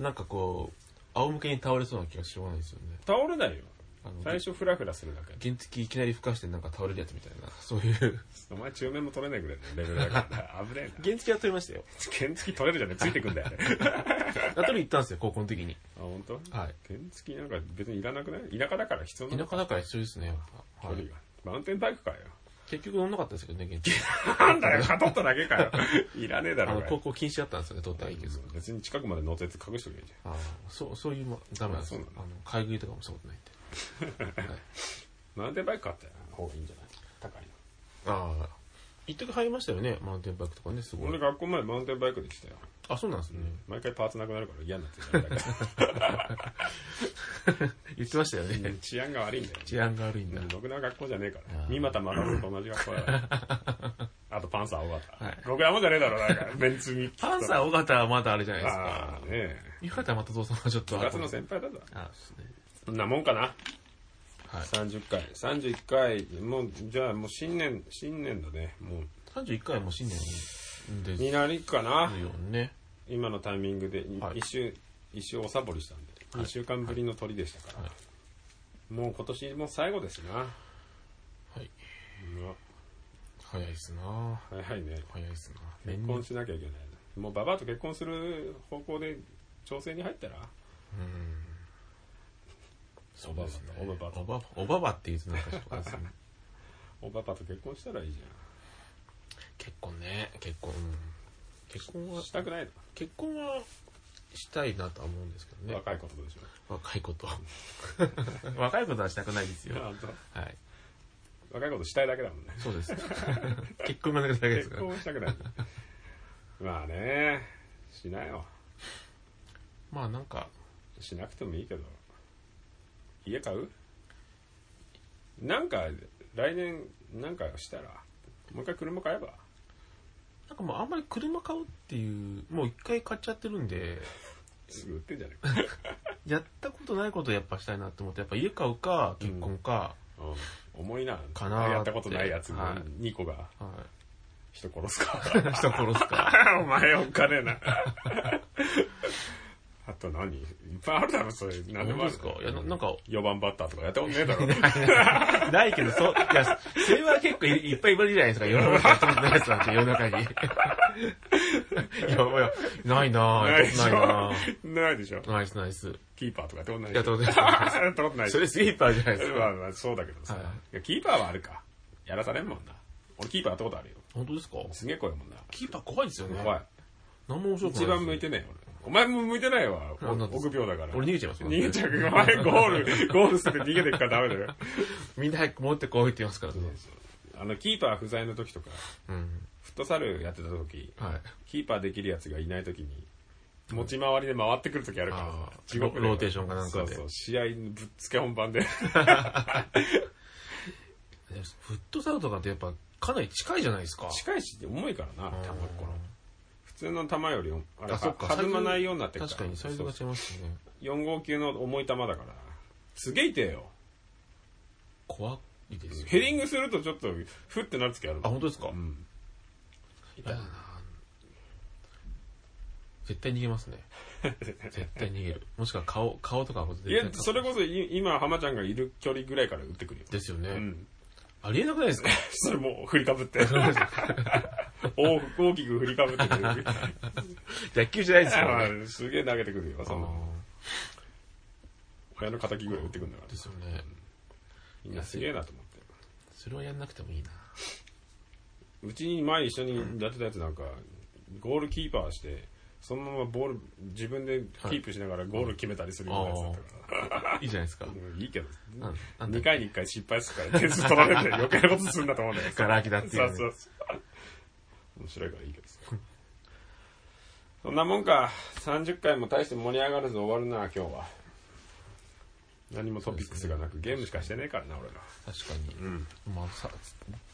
[SPEAKER 1] なんかこう仰向けに倒れそうな気がしょうがないですよね
[SPEAKER 2] 倒れないよ
[SPEAKER 1] あの
[SPEAKER 2] 最初フラフラするだけ
[SPEAKER 1] 原付いきなり吹かしてなんか倒れるやつみたいなそういう
[SPEAKER 2] お前中面も取れないぐらいのレベルだからな危ねえな
[SPEAKER 1] 原付は取りま したよ
[SPEAKER 2] 原付取れるじゃねえついてくんだよね
[SPEAKER 1] 取り行ったんですよ高校の時に
[SPEAKER 2] あ本当？
[SPEAKER 1] はい
[SPEAKER 2] 原付なんか別にいらなくない田舎だから必要な
[SPEAKER 1] 田
[SPEAKER 2] のか
[SPEAKER 1] 舎だから一緒ですねやっぱ、
[SPEAKER 2] 距
[SPEAKER 1] はい
[SPEAKER 2] 離がマウンテンバイクかよ
[SPEAKER 1] 結局乗んなかったですけどね原付
[SPEAKER 2] なんだよかとっただけかよいらねえだ
[SPEAKER 1] あ
[SPEAKER 2] ろ
[SPEAKER 1] の
[SPEAKER 2] うが
[SPEAKER 1] 高校禁止だったんですよね取ったらいいけど
[SPEAKER 2] 別に近くまで乗せて隠しとけばいいじ
[SPEAKER 1] あーそうそういうもダメなんですよ
[SPEAKER 2] あそう
[SPEAKER 1] あの買い食いとかもしたことないんで
[SPEAKER 2] ゃんマウンテンバイク買ったよ方がいいんじゃない高いの
[SPEAKER 1] ああ一時入りましたよねマウンテンバイクとかねすご
[SPEAKER 2] 俺
[SPEAKER 1] い
[SPEAKER 2] 学校までマウンテンバイクで来たよ
[SPEAKER 1] あそうなんですね、
[SPEAKER 2] 毎回パーツなくなるから嫌になってきただから
[SPEAKER 1] 言ってましたよね、
[SPEAKER 2] 治安が悪いんだよ
[SPEAKER 1] 治安が悪いんだ、
[SPEAKER 2] ろくな学校じゃねえか
[SPEAKER 1] あ
[SPEAKER 2] ら
[SPEAKER 1] ー
[SPEAKER 2] 三股学ぶと同じ学校だからあとパンサー尾
[SPEAKER 1] はい
[SPEAKER 2] 形ろくなもんじゃねえだろなんかベンツミ
[SPEAKER 1] パンサー尾形はまだあれじゃないですか
[SPEAKER 2] ああねえ
[SPEAKER 1] 三方又蔵さんはちょっと
[SPEAKER 2] 部活の先輩だぞ
[SPEAKER 1] あそうですね
[SPEAKER 2] そんなもんかな
[SPEAKER 1] はい
[SPEAKER 2] 30回31回もうじゃあもう新年新年だねも
[SPEAKER 1] 31回も新年で
[SPEAKER 2] う
[SPEAKER 1] す
[SPEAKER 2] になりかな
[SPEAKER 1] よね
[SPEAKER 2] 今のタイミングでい
[SPEAKER 1] はい
[SPEAKER 2] 一周一周おさぼりしたんで2週間ぶりの鳥でしたか
[SPEAKER 1] は
[SPEAKER 2] らもう今年も最後ですな
[SPEAKER 1] はい
[SPEAKER 2] うん
[SPEAKER 1] 早いっすな
[SPEAKER 2] 早いね
[SPEAKER 1] 早いっすな
[SPEAKER 2] 結
[SPEAKER 1] 年
[SPEAKER 2] 婚
[SPEAKER 1] 々
[SPEAKER 2] しなきゃいけないもうババアと結婚する方向で調整に入ったら
[SPEAKER 1] うん
[SPEAKER 2] おばばとおばばと
[SPEAKER 1] おばばおばばって言うとなんかちょっとあれですね
[SPEAKER 2] おばばと結婚したらいいじ
[SPEAKER 1] 結婚ね結婚うん結婚
[SPEAKER 2] ゃ
[SPEAKER 1] は
[SPEAKER 2] んしたくないの、
[SPEAKER 1] 結婚はしたいなとは思うんですけどね
[SPEAKER 2] 若いことでしょ
[SPEAKER 1] 若いこと 若いことはしたくないですよ
[SPEAKER 2] 本当
[SPEAKER 1] はい
[SPEAKER 2] 若いことしたいだけだもんね
[SPEAKER 1] そうです 結婚がなくだけです
[SPEAKER 2] 結
[SPEAKER 1] から
[SPEAKER 2] 婚したくないまあねしなよ
[SPEAKER 1] まあなんか
[SPEAKER 2] しなくてもいいけど家買うなんか来年なんかしたらもう一回車買えば
[SPEAKER 1] なんかもうあんまり車買うっていうもう一回買っちゃってるんです
[SPEAKER 2] ぐ売ってんじゃねえ か、
[SPEAKER 1] やったことないことやっぱしたいなって思ってやっぱ家買うか結婚か、
[SPEAKER 2] うん、重いな
[SPEAKER 1] かなーって
[SPEAKER 2] やったことないやつ
[SPEAKER 1] は
[SPEAKER 2] 2個が
[SPEAKER 1] はい
[SPEAKER 2] 人殺すか
[SPEAKER 1] 人殺すか
[SPEAKER 2] お前おっかねえな あと何いっぱいあるだろそれ何でもあ
[SPEAKER 1] 本当で
[SPEAKER 2] る
[SPEAKER 1] すかいやななんか
[SPEAKER 2] 4番バッターとかやったことね えだろ
[SPEAKER 1] ないけどそういやそれは結構いいっぱい言われるじゃないですか世の中にそんなやつなんて世の中にいやいやないなぁ
[SPEAKER 2] ないでしょ
[SPEAKER 1] ないなぁ
[SPEAKER 2] ないでしょ
[SPEAKER 1] ナイスナイス
[SPEAKER 2] キーパーとかやったことない
[SPEAKER 1] や
[SPEAKER 2] で
[SPEAKER 1] っ
[SPEAKER 2] したょ
[SPEAKER 1] ことない
[SPEAKER 2] やったことないでし
[SPEAKER 1] そ
[SPEAKER 2] ょ
[SPEAKER 1] れスイーパーじゃないです
[SPEAKER 2] ま
[SPEAKER 1] か
[SPEAKER 2] あまあそうだけどさ、
[SPEAKER 1] はい
[SPEAKER 2] いやキーパーはあるかやらされんもんな俺キーパーやったことあるよ
[SPEAKER 1] 本当ですか
[SPEAKER 2] すげえ怖いもんな
[SPEAKER 1] キーパー怖いですよね
[SPEAKER 2] 怖い
[SPEAKER 1] 何も面白くない
[SPEAKER 2] 一番向い
[SPEAKER 1] て
[SPEAKER 2] てねえ俺お前も向いてないわ
[SPEAKER 1] なんだって
[SPEAKER 2] 臆病だから
[SPEAKER 1] 俺逃げちゃいますよ
[SPEAKER 2] 逃げちゃうお前ゴールゴールして逃げてっからダメだよ
[SPEAKER 1] みんな早く持ってこいって言いますからね
[SPEAKER 2] あのキーパー不在の時とか
[SPEAKER 1] うん
[SPEAKER 2] フットサルやってた時
[SPEAKER 1] はい
[SPEAKER 2] キーパーできるやつがいない時に持ち回りで回ってくる時あるから
[SPEAKER 1] あ
[SPEAKER 2] さ
[SPEAKER 1] ー
[SPEAKER 2] 地獄だよ
[SPEAKER 1] ロローテーションかなんかで
[SPEAKER 2] そうそう試合ぶっつけ本番で
[SPEAKER 1] でフットサルとかってやっぱかなり近いじゃないですか
[SPEAKER 2] 近いし重いからな球この普通の球よりあれ
[SPEAKER 1] あそっか
[SPEAKER 2] 弾まないようになってる
[SPEAKER 1] 確かにサイズが違いますね
[SPEAKER 2] 4号級の重い球だからすげえ痛えよ
[SPEAKER 1] 怖いですよ。
[SPEAKER 2] ヘディングするとちょっと、ふってなる時ある。
[SPEAKER 1] あ、本当ですか
[SPEAKER 2] うん。
[SPEAKER 1] 嫌だな絶対逃げますね。絶対逃げる。もしくは顔、顔とかも絶
[SPEAKER 2] い
[SPEAKER 1] 対
[SPEAKER 2] や、それこそい今、浜ちゃんがいる距離ぐらいから打ってくるよ。
[SPEAKER 1] ですよね、
[SPEAKER 2] うん。
[SPEAKER 1] ありえなくないですか
[SPEAKER 2] それもう振りかぶって。大大きく振りかぶってくる。
[SPEAKER 1] 野球じゃないですからね。
[SPEAKER 2] あすげえ投げてくるよ、
[SPEAKER 1] あ
[SPEAKER 2] その。親の敵ぐらい打ってくるんだか
[SPEAKER 1] ー
[SPEAKER 2] ら
[SPEAKER 1] で。すよね。
[SPEAKER 2] みんなすげえなと思って。
[SPEAKER 1] それはやんなくても いいな。
[SPEAKER 2] うちに前一緒にやってたやつなんか、ゴールキーパーして、そのままボール、自分でキープしながらゴール決めたりするようなやつだったから。
[SPEAKER 1] いいじゃないですか。
[SPEAKER 2] いいけど、
[SPEAKER 1] なんなんだ
[SPEAKER 2] 2回に1回失敗するから点数取られて余計なことするんだと思うんだけど。
[SPEAKER 1] ガラ空きだっていう、
[SPEAKER 2] そう
[SPEAKER 1] ね。
[SPEAKER 2] そうそう。面白いからいいけどさ。そんなもんか。30回も大して盛り上がらず終わるな、今日は。何もトピックスがなく、ゲームしかしてねえからな、俺ら。
[SPEAKER 1] 確かに。まあさ、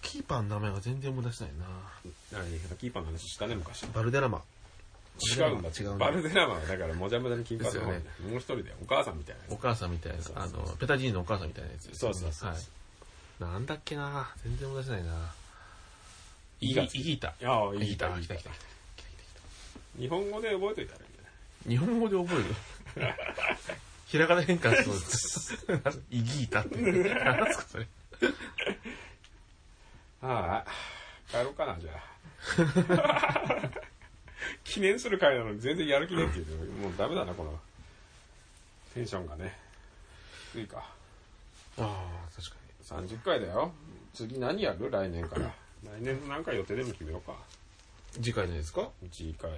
[SPEAKER 1] キーパーの名前が全然思い出せないな。
[SPEAKER 2] 何キーパーの話したね、昔。
[SPEAKER 1] バルデラマ。
[SPEAKER 2] 違うんだ、
[SPEAKER 1] 違うんだ
[SPEAKER 2] バルデラマは、だから、もじゃもじゃに金髪の方
[SPEAKER 1] で
[SPEAKER 2] ね
[SPEAKER 1] す、
[SPEAKER 2] もう一人で、お母さんみたいな
[SPEAKER 1] お
[SPEAKER 2] や
[SPEAKER 1] 母さんみたいなやつ。あの、ペタジーニのお母さんみたいなやつですよね、
[SPEAKER 2] そうそうそう
[SPEAKER 1] はい。なんだっけな全然思い出せないなイ
[SPEAKER 2] イ
[SPEAKER 1] ギ
[SPEAKER 2] ガ
[SPEAKER 1] イ
[SPEAKER 2] ツ
[SPEAKER 1] ギータ。
[SPEAKER 2] つ。ああ、
[SPEAKER 1] イ
[SPEAKER 2] い
[SPEAKER 1] ギ
[SPEAKER 2] い
[SPEAKER 1] ータ、イギータ、イギータ。イギータイギータ
[SPEAKER 2] 日本語で覚えといたらいいんじゃない
[SPEAKER 1] 日本語で覚え るひらがな変換しそうです。イギータって。何すかそれ。
[SPEAKER 2] ああ、帰ろうかな、じゃあ。記念する会なのに全然やる気ねえっていうのもうダメだな、この、テンションがね。低いか。
[SPEAKER 1] ああ、確かに。
[SPEAKER 2] 30回だよ。次何やる来年から。来年の何回予定でも決めようか。
[SPEAKER 1] 次回じゃないですか
[SPEAKER 2] 1回、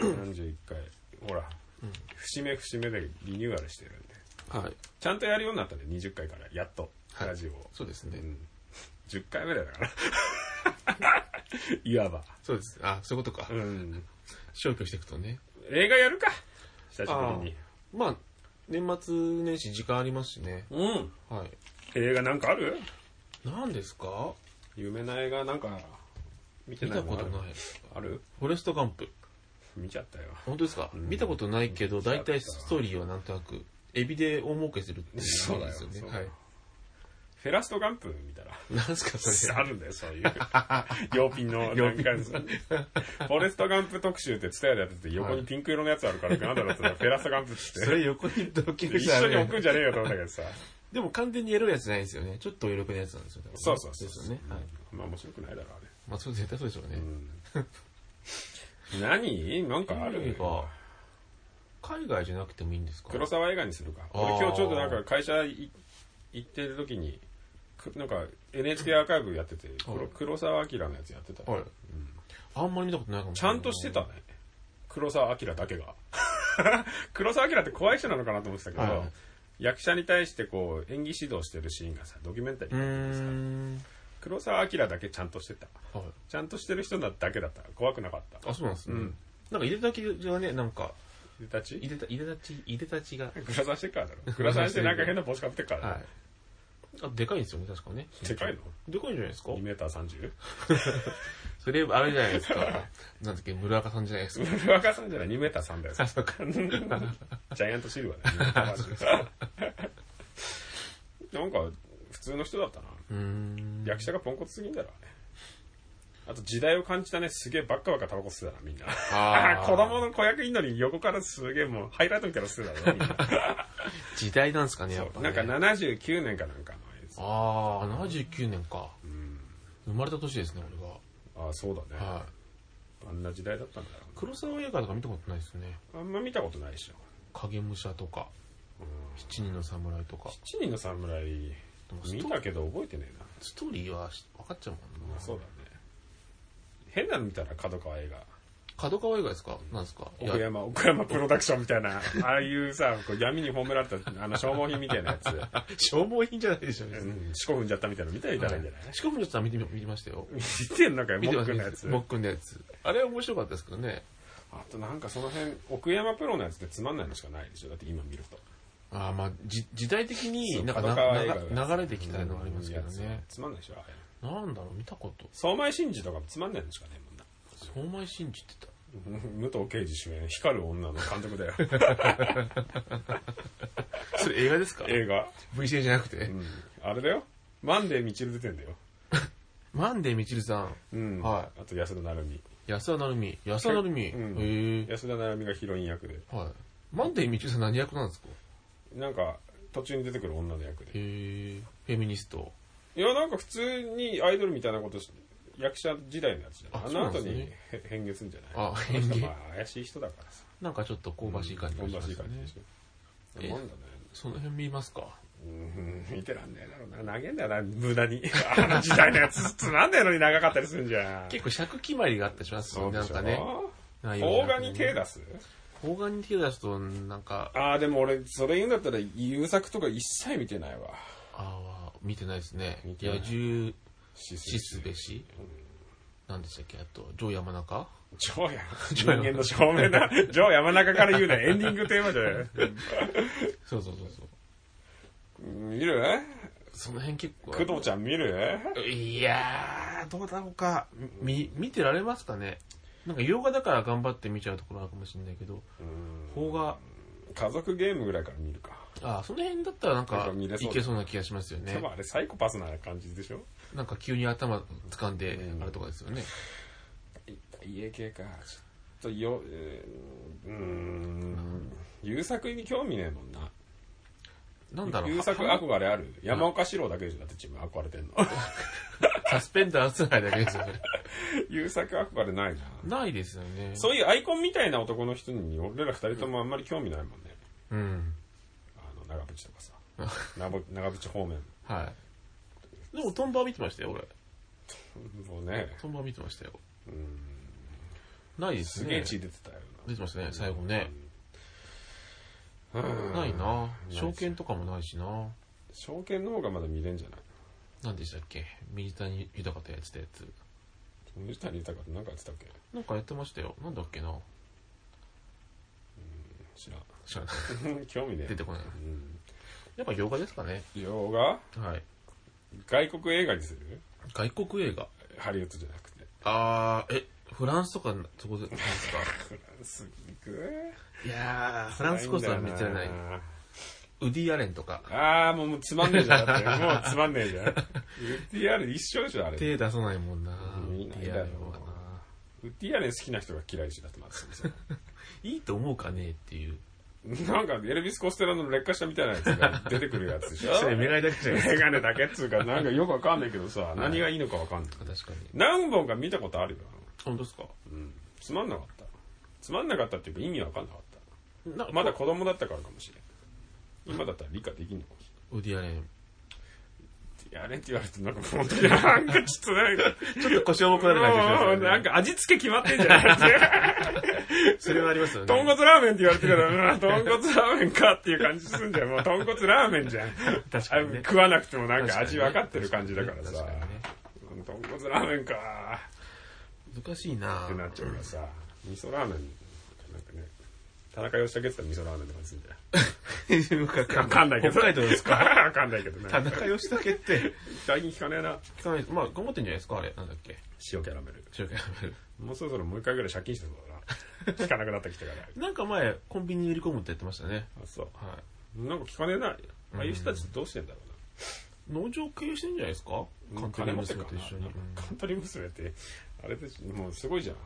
[SPEAKER 2] 41回。ほら、節目節目でリニューアルしてるんで。
[SPEAKER 1] はい。
[SPEAKER 2] ちゃんとやるようになったね、20回から。やっと。
[SPEAKER 1] はい
[SPEAKER 2] ラジオを。
[SPEAKER 1] そうですね。
[SPEAKER 2] うん。10回目だから。 いわば。
[SPEAKER 1] そうです。あ、そういうことか
[SPEAKER 2] う。ん。
[SPEAKER 1] 消去していくとね。
[SPEAKER 2] 映画やるか久しぶりに
[SPEAKER 1] まあ、年末年始時間ありますしね。
[SPEAKER 2] うん
[SPEAKER 1] はい。
[SPEAKER 2] 映画なんかある
[SPEAKER 1] 何ですか
[SPEAKER 2] 有名な映画なんか見て
[SPEAKER 1] 見
[SPEAKER 2] ない
[SPEAKER 1] た
[SPEAKER 2] の
[SPEAKER 1] こと
[SPEAKER 2] ある
[SPEAKER 1] ない。
[SPEAKER 2] ある
[SPEAKER 1] フォレストガンプ。
[SPEAKER 2] 見ちゃったよ
[SPEAKER 1] 本当ですか、
[SPEAKER 2] ん
[SPEAKER 1] 見たことないけど、大体
[SPEAKER 2] 見ちゃった
[SPEAKER 1] ストーリーはなんとなく、エビで大儲けするっていう
[SPEAKER 2] そうだよ
[SPEAKER 1] ですよね。
[SPEAKER 2] そう
[SPEAKER 1] はい。
[SPEAKER 2] フェラストガンプ見たら
[SPEAKER 1] 何すかそれ。
[SPEAKER 2] あるんだよそういう洋品 のなんかフォレストガンプ特集って伝えでやってて横にピンク色のやつあるからなんだろうって言ったらフェラストガンプっつ
[SPEAKER 1] そ
[SPEAKER 2] って
[SPEAKER 1] れ横にドキドキ
[SPEAKER 2] 一緒に置くんじゃねえよと思うんだけどさ
[SPEAKER 1] でも完全にエロいやつじゃないですよね。ちょっとお力なやつなんですよ。だからね
[SPEAKER 2] そうそうそう
[SPEAKER 1] ですよね。はい。
[SPEAKER 2] まあ面白くないだろうあれ
[SPEAKER 1] まあ、そう絶対そうでしょうね。
[SPEAKER 2] うん何なんかある
[SPEAKER 1] 海外か海外じゃなくてもいいんですか
[SPEAKER 2] 黒沢映画にするか
[SPEAKER 1] あー
[SPEAKER 2] 俺今日ちょうどなんか会社い行ってる時にくなんか NHK アーカイブやってて黒,、
[SPEAKER 1] はい
[SPEAKER 2] 黒沢明のやつやってた、
[SPEAKER 1] はい。あんまり見たことないかもし
[SPEAKER 2] ち
[SPEAKER 1] れ
[SPEAKER 2] ゃ
[SPEAKER 1] ない。
[SPEAKER 2] んとしてたね黒沢明だけが 黒沢明って怖い人なのかなと思ってたけど、
[SPEAKER 1] はい
[SPEAKER 2] 役者に対してこう演技指導してるシーンがさドキュメンタリー
[SPEAKER 1] うー
[SPEAKER 2] になっててさ
[SPEAKER 1] ん。
[SPEAKER 2] 黒沢明だけちゃんとしてた
[SPEAKER 1] はい。
[SPEAKER 2] ちゃんとしてる人だけだった怖くなかった
[SPEAKER 1] あ、そうなんですね。
[SPEAKER 2] うん
[SPEAKER 1] なんか、いでたちがね、なんか、
[SPEAKER 2] いでたち
[SPEAKER 1] いでた、いでたち、いでたちが、
[SPEAKER 2] 黒沢してっからだろ黒沢してなんか変な帽子かぶってっから、
[SPEAKER 1] はい。あ、でかいんですよね、確かね。
[SPEAKER 2] でかいの
[SPEAKER 1] でかいんじゃないですか
[SPEAKER 2] 2メーター30
[SPEAKER 1] それ、あれじゃないですか。なんだっけ、村岡さんじゃないですか。
[SPEAKER 2] 古若さんじゃない2メーター3だよ
[SPEAKER 1] あ、そうか。
[SPEAKER 2] ジャイアントシルバーだよなんか普通の人だったな
[SPEAKER 1] うーん。
[SPEAKER 2] 役者がポンコツすぎんだろうねあと時代を感じたねすげえバッカバカタバコ吸ってたなみんな
[SPEAKER 1] あー
[SPEAKER 2] 子供の子役いんのに横からすげえもうハイライトみたいなの吸って たなみんな
[SPEAKER 1] 時代なんですかね、やっ
[SPEAKER 2] そ
[SPEAKER 1] ぱ、
[SPEAKER 2] う
[SPEAKER 1] ね。
[SPEAKER 2] なんか79年かなんかのやつ
[SPEAKER 1] ああ、79年か。生まれた年ですね、俺
[SPEAKER 2] ああそうだね
[SPEAKER 1] が。はい。
[SPEAKER 2] あんな時代だったんだろ
[SPEAKER 1] 黒沢映画とか見たことないですね。
[SPEAKER 2] うなあんま見たことないでしょ
[SPEAKER 1] 影武者とか、七人の侍とか。
[SPEAKER 2] 七人の侍見たけど覚えてねえな
[SPEAKER 1] ストーリーはし分かっちゃうもん
[SPEAKER 2] ま
[SPEAKER 1] な
[SPEAKER 2] あ。そうだね変なの見たら角川映画
[SPEAKER 1] 角川映画ですかなんですかい
[SPEAKER 2] 奥
[SPEAKER 1] や
[SPEAKER 2] 山奥山プロダクションみたいなああいうさこう闇に葬られたあの消耗品みたいなやつ、
[SPEAKER 1] 消耗品じゃないでしょ、別
[SPEAKER 2] う
[SPEAKER 1] に
[SPEAKER 2] ん、四股踏んじゃったみたいなの見たらいいんじゃない、
[SPEAKER 1] しかもちょっと見てみ見ましたよ。
[SPEAKER 2] 見てんのかよ
[SPEAKER 1] 見
[SPEAKER 2] モ
[SPEAKER 1] てます
[SPEAKER 2] ック
[SPEAKER 1] 見て
[SPEAKER 2] のや
[SPEAKER 1] ます
[SPEAKER 2] つ
[SPEAKER 1] モックンのやつ。あれは面白かったですけどね。
[SPEAKER 2] あとなんかその辺奥山プロのやつってつまんないのしかないでしょだって今見ると
[SPEAKER 1] ああ、まあ、じ時代的になんか
[SPEAKER 2] 角
[SPEAKER 1] な
[SPEAKER 2] 川映画
[SPEAKER 1] な
[SPEAKER 2] が
[SPEAKER 1] 流れてきたのはありますけど
[SPEAKER 2] うんや
[SPEAKER 1] ね。
[SPEAKER 2] つつまんないでしょあれ
[SPEAKER 1] なんだろう、見たこと。
[SPEAKER 2] 相米真二とかもつまんないのしかないもんな
[SPEAKER 1] 相米真治って言っ
[SPEAKER 2] 武藤敬司主演、光る女の監 督だよ。
[SPEAKER 1] それ映画ですか
[SPEAKER 2] 映画。
[SPEAKER 1] ?VC じゃなくて
[SPEAKER 2] う。ん。あれだよ。マンデーみちる出てんだよ。
[SPEAKER 1] マンデーみちるさん。
[SPEAKER 2] うん。
[SPEAKER 1] は
[SPEAKER 2] あと安田成美。
[SPEAKER 1] 安田成美。安田成美。へ
[SPEAKER 2] うん
[SPEAKER 1] え。
[SPEAKER 2] 安田成美がヒロイン役で。
[SPEAKER 1] はい。マンデーみちるさん何役なんですか
[SPEAKER 2] なんか、途中に出てくる女の役で。
[SPEAKER 1] へえ。フェミニスト。
[SPEAKER 2] いや、なんか普通にアイドルみたいなことし役者時代のやつじゃない
[SPEAKER 1] あそ
[SPEAKER 2] あ
[SPEAKER 1] うな
[SPEAKER 2] の
[SPEAKER 1] んで
[SPEAKER 2] 後
[SPEAKER 1] すね
[SPEAKER 2] にへ変月んじゃない
[SPEAKER 1] あ
[SPEAKER 2] この
[SPEAKER 1] 変
[SPEAKER 2] 人
[SPEAKER 1] 月
[SPEAKER 2] まあ怪しい人だからさ。
[SPEAKER 1] なんかちょっと香ばしい感じがし
[SPEAKER 2] 香
[SPEAKER 1] ま
[SPEAKER 2] ばし
[SPEAKER 1] す
[SPEAKER 2] い感じ
[SPEAKER 1] ね
[SPEAKER 2] でし。ょ。
[SPEAKER 1] え
[SPEAKER 2] なんだね。
[SPEAKER 1] その辺見ますか
[SPEAKER 2] うん、見てらんねえだろうな。投げんだよな、無駄に。あの時代のやつ、つまんねえのに長かったりするんじゃん。
[SPEAKER 1] 結構尺決まりがあったりします
[SPEAKER 2] そ
[SPEAKER 1] よね
[SPEAKER 2] うで
[SPEAKER 1] なん
[SPEAKER 2] しょ
[SPEAKER 1] かね。内容
[SPEAKER 2] 邦
[SPEAKER 1] が
[SPEAKER 2] 画に手出す
[SPEAKER 1] 邦画に手出すと、なんか、
[SPEAKER 2] ああ、でも俺、それ言うんだったら、優作とか一切見てないわ。
[SPEAKER 1] ああ、見てないですね。
[SPEAKER 2] 見てない
[SPEAKER 1] 野獣
[SPEAKER 2] シ
[SPEAKER 1] しすべし。なんでしたっけあと、ジョー山中
[SPEAKER 2] 超や、人間の正面だ。ジョー山中から言うな、エンディングテーマじゃない。
[SPEAKER 1] そうそうそうそう。
[SPEAKER 2] 見る
[SPEAKER 1] その辺結構。
[SPEAKER 2] 工藤ちゃん見る
[SPEAKER 1] いやー、どうだろうか。み、見てられますかねなんか、洋画だから頑張って見ちゃうところあるかもしれないけど、邦画、
[SPEAKER 2] 家族ゲームぐらいから見るか。
[SPEAKER 1] あーその辺だったらなん
[SPEAKER 2] なん
[SPEAKER 1] か
[SPEAKER 2] か見れ、そう
[SPEAKER 1] いけそうな気がしますよ
[SPEAKER 2] で
[SPEAKER 1] ね。
[SPEAKER 2] もあれサイコパスな感じでしょ
[SPEAKER 1] なんか急に頭掴んで
[SPEAKER 2] う、ん
[SPEAKER 1] あれとかですよね。
[SPEAKER 2] 家系か。ちょっとよ、えーうーん。優作に興味ねえもんな。
[SPEAKER 1] なんだろう、
[SPEAKER 2] 優
[SPEAKER 1] は
[SPEAKER 2] 作
[SPEAKER 1] は
[SPEAKER 2] 憧れある山岡四郎だけでしょだって自分憧れてんの。
[SPEAKER 1] サスペンダーつないだけですよね。
[SPEAKER 2] 優作憧れないな。
[SPEAKER 1] ないですよね。
[SPEAKER 2] そういうアイコンみたいな男の人に俺ら二人ともあんまり興味ないもんね。
[SPEAKER 1] うん。
[SPEAKER 2] あの、長渕とかさ。長長渕方面。
[SPEAKER 1] はい。でも、トンバー見てましたよ、俺。
[SPEAKER 2] もうね、
[SPEAKER 1] トンバー見てましたよ。
[SPEAKER 2] うん、
[SPEAKER 1] ないです
[SPEAKER 2] す
[SPEAKER 1] ね。
[SPEAKER 2] げえ血出てたよ
[SPEAKER 1] 出てましたね、最後ね。
[SPEAKER 2] な。うん
[SPEAKER 1] ない。な
[SPEAKER 2] ないです
[SPEAKER 1] 証券とかもないしな
[SPEAKER 2] 証券の方がまだ見れんじゃない
[SPEAKER 1] 何でしたっけ水谷豊とやってたやつ。
[SPEAKER 2] 水谷豊ってなんかやってたっけ
[SPEAKER 1] なんかやってましたよ。なんだっけな
[SPEAKER 2] 知らん。
[SPEAKER 1] 知らない。
[SPEAKER 2] 興味ねえ。
[SPEAKER 1] 出てこない。
[SPEAKER 2] うん。
[SPEAKER 1] やっぱ洋画ですかね。
[SPEAKER 2] 洋画
[SPEAKER 1] はい。
[SPEAKER 2] 外国映画にする
[SPEAKER 1] 外国映画。
[SPEAKER 2] ハリウッドじゃなくて。
[SPEAKER 1] あー、え、フランスとか、そこで、なんですか
[SPEAKER 2] フランス行く
[SPEAKER 1] いやー、フ
[SPEAKER 2] フ
[SPEAKER 1] ランスこそは見てない。ウディ・アレンとか。
[SPEAKER 2] あー、もうもうつまんねえじゃん。だって もうつまんねえじゃん。ウッディアレン一緒でしょ、あれ。
[SPEAKER 1] 手出さないもんな
[SPEAKER 2] 見ないだろ
[SPEAKER 1] ウディア
[SPEAKER 2] う
[SPEAKER 1] レンはな
[SPEAKER 2] ウッディアレン好きな人が嫌いしだってまずそも
[SPEAKER 1] いいと思うかねっていう。
[SPEAKER 2] そもなんか、エルビス・コステラの劣化したみたいなやつが出てくるやつで しょ
[SPEAKER 1] 願いだけじゃない
[SPEAKER 2] メガネだけっつうか、なんかよくわかんないけどさ、何がいいのかわかんない。
[SPEAKER 1] 確かに。
[SPEAKER 2] 何本か見たことあるよ。
[SPEAKER 1] 本当ですか
[SPEAKER 2] うん。つまんなかった。つまんなかったっていうか意味わかんなかっ
[SPEAKER 1] な
[SPEAKER 2] た。まだ子供だったからかもしれん。今だったら理解できんのかもし
[SPEAKER 1] ウディアレン。
[SPEAKER 2] れん。やれって言われてなんか本当になんかちょっとなんか、
[SPEAKER 1] ちょっと腰重くなる感じがしますよね。
[SPEAKER 2] なんか味付け決まってんじゃない
[SPEAKER 1] それはありますよね。
[SPEAKER 2] 豚骨ラーメンって言われてから、うん豚骨ラーメンかっていう感じすんじ ゃん。もう豚骨ラーメンじゃん。
[SPEAKER 1] 確
[SPEAKER 2] あ
[SPEAKER 1] かにね。
[SPEAKER 2] 食わなくてもなんか味わかってる感じだからさ
[SPEAKER 1] 確。にね
[SPEAKER 2] うん豚骨ラーメンか
[SPEAKER 1] 難しいな
[SPEAKER 2] ってなっちゃうからさ、味噌ラーメン、なんかね、田中義武って言ったら味噌ラーメンとかにするんじゃない
[SPEAKER 1] わ
[SPEAKER 2] わかんないけど。
[SPEAKER 1] 北海道ですか
[SPEAKER 2] かわかんないけどね。
[SPEAKER 1] 田中義武って、
[SPEAKER 2] 最近聞かねえな。
[SPEAKER 1] 聞かないまあ、頑張ってんじゃないですかあれ。なんだっけ
[SPEAKER 2] 塩キャラメル。
[SPEAKER 1] 中華やめる
[SPEAKER 2] もうそろそろもう一回ぐらい借金してそうだ な。聞かなくなってきたから。
[SPEAKER 1] なんか前、コンビニに売り込むってやってましたね。
[SPEAKER 2] あ、そう。
[SPEAKER 1] は
[SPEAKER 2] なんか聞かねえな。ああいう人たちどうしてんだろうな。
[SPEAKER 1] い。農場経営してんじゃないですかカントリー娘と一緒に。うん
[SPEAKER 2] カントリー娘って、あれでしょもうすごいじゃん。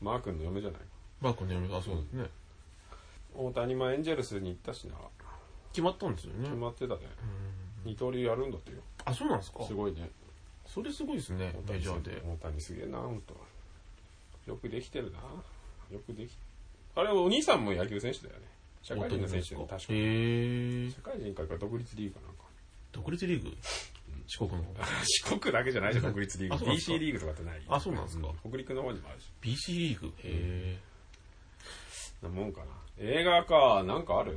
[SPEAKER 2] マー君の嫁じゃない。
[SPEAKER 1] バーコンの嫁が、あそうですね。
[SPEAKER 2] 大谷もエンジェルスに行ったしな。
[SPEAKER 1] 決まったんですよね
[SPEAKER 2] 決。まってたね。二刀流やるんだってよ。
[SPEAKER 1] あ、そうなんですか
[SPEAKER 2] すごいね。
[SPEAKER 1] それすごいですね、メジャーで。
[SPEAKER 2] 大谷すげえな、ほんと。よくできてるな。よくでき、あれ、お兄さんも野球選手だよね。社会人の選手だよね、確か
[SPEAKER 1] へ
[SPEAKER 2] に。
[SPEAKER 1] ー
[SPEAKER 2] 社会人か独立リーグかなんか。
[SPEAKER 1] 独立リーグ四国の方。
[SPEAKER 2] 四国だけじゃないじゃん、独立リー
[SPEAKER 1] あ
[SPEAKER 2] グ。
[SPEAKER 1] そうなんですか
[SPEAKER 2] DC リーグとかってない
[SPEAKER 1] あそうなんですか
[SPEAKER 2] 北陸の方にもあるし。
[SPEAKER 1] BC リーグへえ。
[SPEAKER 2] なもんかな。映画か、なんかある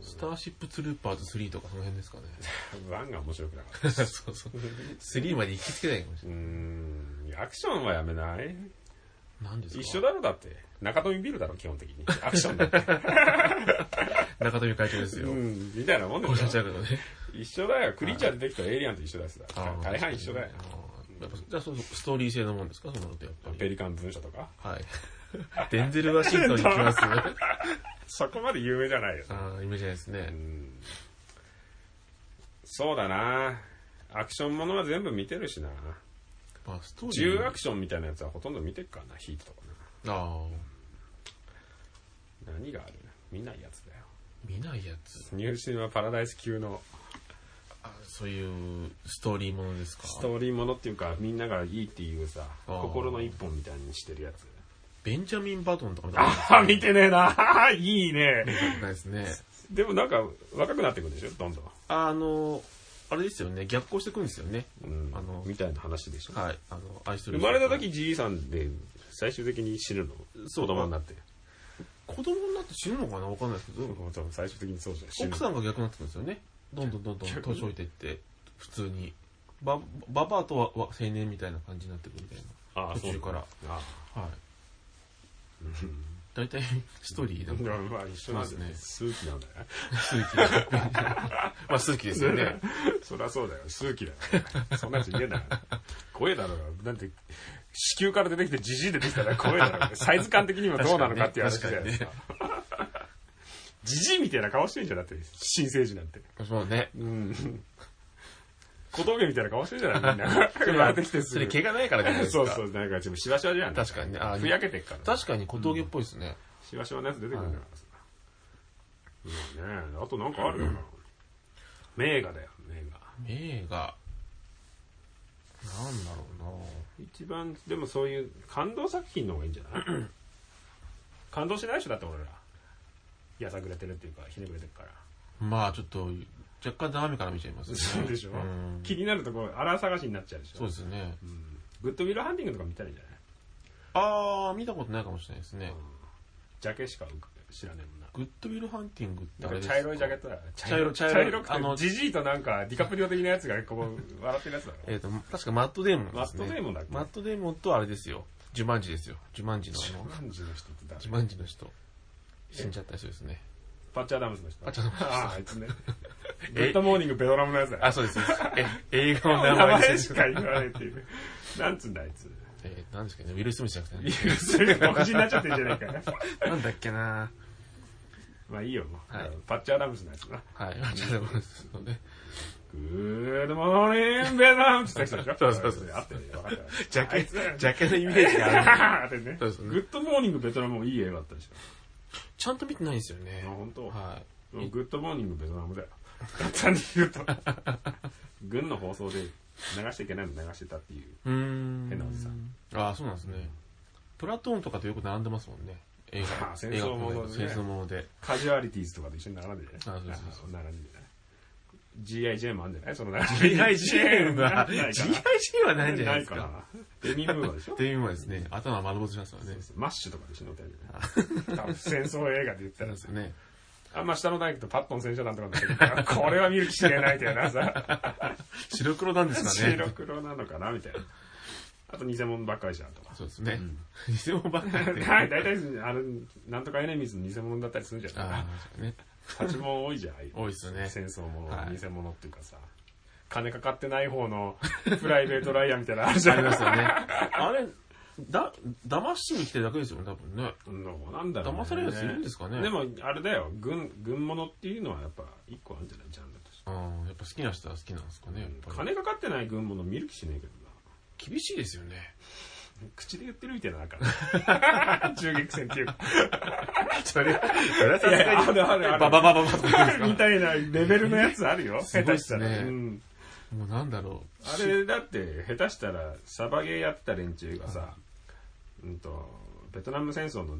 [SPEAKER 1] スターシップツルーパーズ3とかその辺 ですかね。
[SPEAKER 2] ワンが面白くなかった。
[SPEAKER 1] そうそう。3まで行きつけないかもし
[SPEAKER 2] う
[SPEAKER 1] れ
[SPEAKER 2] ーん、アクションはやめない
[SPEAKER 1] ない。何ですか
[SPEAKER 2] 一緒だろ、だって。中富ビルだろ、基本的に。アクションだって。
[SPEAKER 1] 中富会長ですよ
[SPEAKER 2] う。ん、みたいなもんで
[SPEAKER 1] こ
[SPEAKER 2] し
[SPEAKER 1] れ
[SPEAKER 2] ょ
[SPEAKER 1] ちゃうけどね。
[SPEAKER 2] 一緒だよ。クリーチャーでできたエリアンと一緒だしさ。
[SPEAKER 1] あー
[SPEAKER 2] 大半一緒だよ。
[SPEAKER 1] あーやっぱじゃあそうストーリー性のもんですかそのってやっぱり
[SPEAKER 2] ペリカン文書とか。
[SPEAKER 1] はい デンゼル・ワシントンに来 ますあ
[SPEAKER 2] そこまで有名じゃないよ。
[SPEAKER 1] あイメージないです
[SPEAKER 2] う
[SPEAKER 1] ね
[SPEAKER 2] んそうだなアクションものは全部見てるしな。
[SPEAKER 1] まあストーリー
[SPEAKER 2] 重アクションみたいなやつはほとんど見てるからな、ヒートとか
[SPEAKER 1] ああ
[SPEAKER 2] な。何がある見ないやつだよ。
[SPEAKER 1] 見ないやつ
[SPEAKER 2] ニューシネマパラダイス級の
[SPEAKER 1] あそういうストーリーものですか
[SPEAKER 2] ストーリーものっていうか、みんながいいっていうさ、
[SPEAKER 1] あー
[SPEAKER 2] 心の一本みたいにしてるやつ。
[SPEAKER 1] ベンジャミン・バトンとか見たこと
[SPEAKER 2] ああ、見てねえな いいね
[SPEAKER 1] ないですね
[SPEAKER 2] でもなんか、若くなってくるでしょどんどん。
[SPEAKER 1] あのあれですよね逆行してくんですよね
[SPEAKER 2] うん
[SPEAKER 1] あの
[SPEAKER 2] みたいな話でしょ
[SPEAKER 1] はいあの愛して
[SPEAKER 2] 生
[SPEAKER 1] る
[SPEAKER 2] まれた時じいさんで最終的に死ぬの
[SPEAKER 1] そう
[SPEAKER 2] 子供になって
[SPEAKER 1] 子供になって死ぬのかなわかんないですけど
[SPEAKER 2] 多分最終的にそうじゃん死ぬ
[SPEAKER 1] 奥さんが逆になってくるんですよねどんどんどんどん
[SPEAKER 2] 逆に
[SPEAKER 1] 年老いてって普通にばばばあとは青年みたいな感じになってくるみたい
[SPEAKER 2] ああ
[SPEAKER 1] 途中から
[SPEAKER 2] そうあ
[SPEAKER 1] なはい大体ストーリー
[SPEAKER 2] あ
[SPEAKER 1] なんか
[SPEAKER 2] まあ一緒なんだよね数奇なんだよね
[SPEAKER 1] 数奇なまあ数奇ですよね
[SPEAKER 2] そりゃそうだよ数奇だよそんなやつ言えない怖えだろうがなんて子宮から出てきてジジイ出てきたら怖えだろうがサイズ感的にはどうなのかっていう話じゃないですかジジイみたいな顔してんじゃんだって新生児なんて
[SPEAKER 1] そうね
[SPEAKER 2] うん小峠みたいな顔してるじゃないみんな。生まれてきてす
[SPEAKER 1] そ
[SPEAKER 2] ぐ
[SPEAKER 1] れ毛がないからじゃないです
[SPEAKER 2] そう
[SPEAKER 1] か
[SPEAKER 2] そう、なんかちょっとしわしわじゃん。
[SPEAKER 1] 確かにねあー
[SPEAKER 2] ふやけてっから。
[SPEAKER 1] 確かに小峠っぽいですね
[SPEAKER 2] しわしわのやつ出てくるんだからさ。まあね、あとなんかあるかな。名画だよ、名画。
[SPEAKER 1] 名がなんだろうな
[SPEAKER 2] 一番、でもそういう感動作品の方がいいんじゃない 感動しない人だって俺ら。やさぐれてるっていうか、ひねくれてるから。
[SPEAKER 1] まあちょっと若干斜めから見ちゃいますね
[SPEAKER 2] そうでしょ
[SPEAKER 1] ん
[SPEAKER 2] 気になるところ、荒探しになっちゃうでしょ。
[SPEAKER 1] そうですね
[SPEAKER 2] うんグッドウィルハンティングとか見たらいいんじゃない
[SPEAKER 1] ああ見たことないかもしれないですね
[SPEAKER 2] ジャケしか知らねえもんな。
[SPEAKER 1] グッドウィルハンティングってあれですか
[SPEAKER 2] 茶色いジャケットだよ。
[SPEAKER 1] 茶色
[SPEAKER 2] 茶
[SPEAKER 1] 茶
[SPEAKER 2] 色
[SPEAKER 1] 色
[SPEAKER 2] く
[SPEAKER 1] あ
[SPEAKER 2] て、
[SPEAKER 1] の
[SPEAKER 2] ジジイとなんか、ディカプリオ的なやつがこう、笑ってるやつだろ。
[SPEAKER 1] えっ、と、確かマットデーモンです、ね。
[SPEAKER 2] マットデーモンだっけ
[SPEAKER 1] マットデーモンとあれですよ。ジュマンジですよ。ジュマンジのあの、
[SPEAKER 2] 何時の人って誰
[SPEAKER 1] ジュマンジの人。死んじゃった人ですね。
[SPEAKER 2] パッチャーダムスの人。
[SPEAKER 1] パッチャーダムスの人
[SPEAKER 2] ああ、あい つね。グッドモーニングベトナムのやつだよ。
[SPEAKER 1] あ、そう です。え、映画の名
[SPEAKER 2] 名
[SPEAKER 1] 前で
[SPEAKER 2] 前
[SPEAKER 1] す
[SPEAKER 2] し。か言わないっていう。なんつうんだ、あいつ。
[SPEAKER 1] えー、なんですかね。ウィル・スミスじゃなくて、
[SPEAKER 2] 許する独自になっちゃってんじゃないかよ。
[SPEAKER 1] なんだっけな
[SPEAKER 2] まあいいよ、もう
[SPEAKER 1] はい
[SPEAKER 2] パッチャーダムスのやつな。
[SPEAKER 1] はい、マッチャーダムスのね。
[SPEAKER 2] グッドモーニングベトナムって言った人でしょ
[SPEAKER 1] そうそうそう
[SPEAKER 2] あってね、分かったよ。
[SPEAKER 1] ジャ
[SPEAKER 2] あい
[SPEAKER 1] ケ
[SPEAKER 2] つだよ、
[SPEAKER 1] ジャケのイメージがある。
[SPEAKER 2] あれね。グ
[SPEAKER 1] そうですね
[SPEAKER 2] ッドモーニングベトナムもいい映画だったでし
[SPEAKER 1] ちゃんと見てないんですよね
[SPEAKER 2] ょ。。あ、本当。
[SPEAKER 1] は
[SPEAKER 2] でもグッドモーニングベトナムだよ。簡単に言 うと。軍の放送で流しちゃいけないの流してたっていう。
[SPEAKER 1] い。うーん。
[SPEAKER 2] 変なおじさん。
[SPEAKER 1] あー、そうなんですね。プラトーンとかとよく並んでますもんね。映
[SPEAKER 2] あ
[SPEAKER 1] 画。
[SPEAKER 2] ー戦争ものでね
[SPEAKER 1] 映画とか戦争もので。
[SPEAKER 2] カジュアリティーズとかと一緒に並んでるじゃない
[SPEAKER 1] あそうそうそう
[SPEAKER 2] あ並んでるじゃない ?GIJ もあるんじゃないその
[SPEAKER 1] GIGN は、
[SPEAKER 2] ないか
[SPEAKER 1] GIGN は
[SPEAKER 2] な
[SPEAKER 1] ないんじゃないです
[SPEAKER 2] な
[SPEAKER 1] か。
[SPEAKER 2] デミムーアでしょ
[SPEAKER 1] っていうのはですね、頭丸ごとしますからね。
[SPEAKER 2] マッシュとかで一緒に歌うんじゃない多分戦争映画で言った
[SPEAKER 1] そう
[SPEAKER 2] ら
[SPEAKER 1] ですよね。
[SPEAKER 2] あんま下の大工とパットン戦車団とかになってくるこれは見る気しねえないだよなさ。
[SPEAKER 1] 白黒なんですかね
[SPEAKER 2] 白。黒なのかなみたいな。あと偽物ばっかりじゃんと か。
[SPEAKER 1] そうですね。偽物ばっかりで。
[SPEAKER 2] はい、大体、あの、なんとかエネミーズの偽物だったりするじゃない
[SPEAKER 1] ああ、ね。
[SPEAKER 2] 八も多いじゃん、ああいう
[SPEAKER 1] 多いですよね。
[SPEAKER 2] 戦争もの、
[SPEAKER 1] はい
[SPEAKER 2] 偽物っていうかさ、金かかってない方のプライベートライアーみたいなのあるじゃ
[SPEAKER 1] あり
[SPEAKER 2] ん。
[SPEAKER 1] ますよね。あれ、だ、騙しに来てるだけですよね、多分ね。
[SPEAKER 2] うんなんだろう、
[SPEAKER 1] 騙されるやついるんですかね
[SPEAKER 2] でも、あれだよ、軍、軍物っていうのはやっぱ一個あるんじゃないジャンルとして。
[SPEAKER 1] うん、やっぱ好きな人は好きなんですかね、やっぱり。
[SPEAKER 2] 金かかってない軍物見る気しねえけどな。
[SPEAKER 1] 厳しいですよね。
[SPEAKER 2] 口で言ってるみたいな、なんか。銃撃戦っていうか。
[SPEAKER 1] それ、それはさ
[SPEAKER 2] いやいやあるあるある
[SPEAKER 1] バババババとか言うんです
[SPEAKER 2] み
[SPEAKER 1] か
[SPEAKER 2] たいなレベルのやつあるよ。
[SPEAKER 1] すご
[SPEAKER 2] 下
[SPEAKER 1] い
[SPEAKER 2] 手
[SPEAKER 1] っ
[SPEAKER 2] し
[SPEAKER 1] す
[SPEAKER 2] た
[SPEAKER 1] ね
[SPEAKER 2] ら。うん
[SPEAKER 1] もうなんだろ
[SPEAKER 2] あれだって下手したらサバゲーやってた連中がさ、うんとベトナム戦争の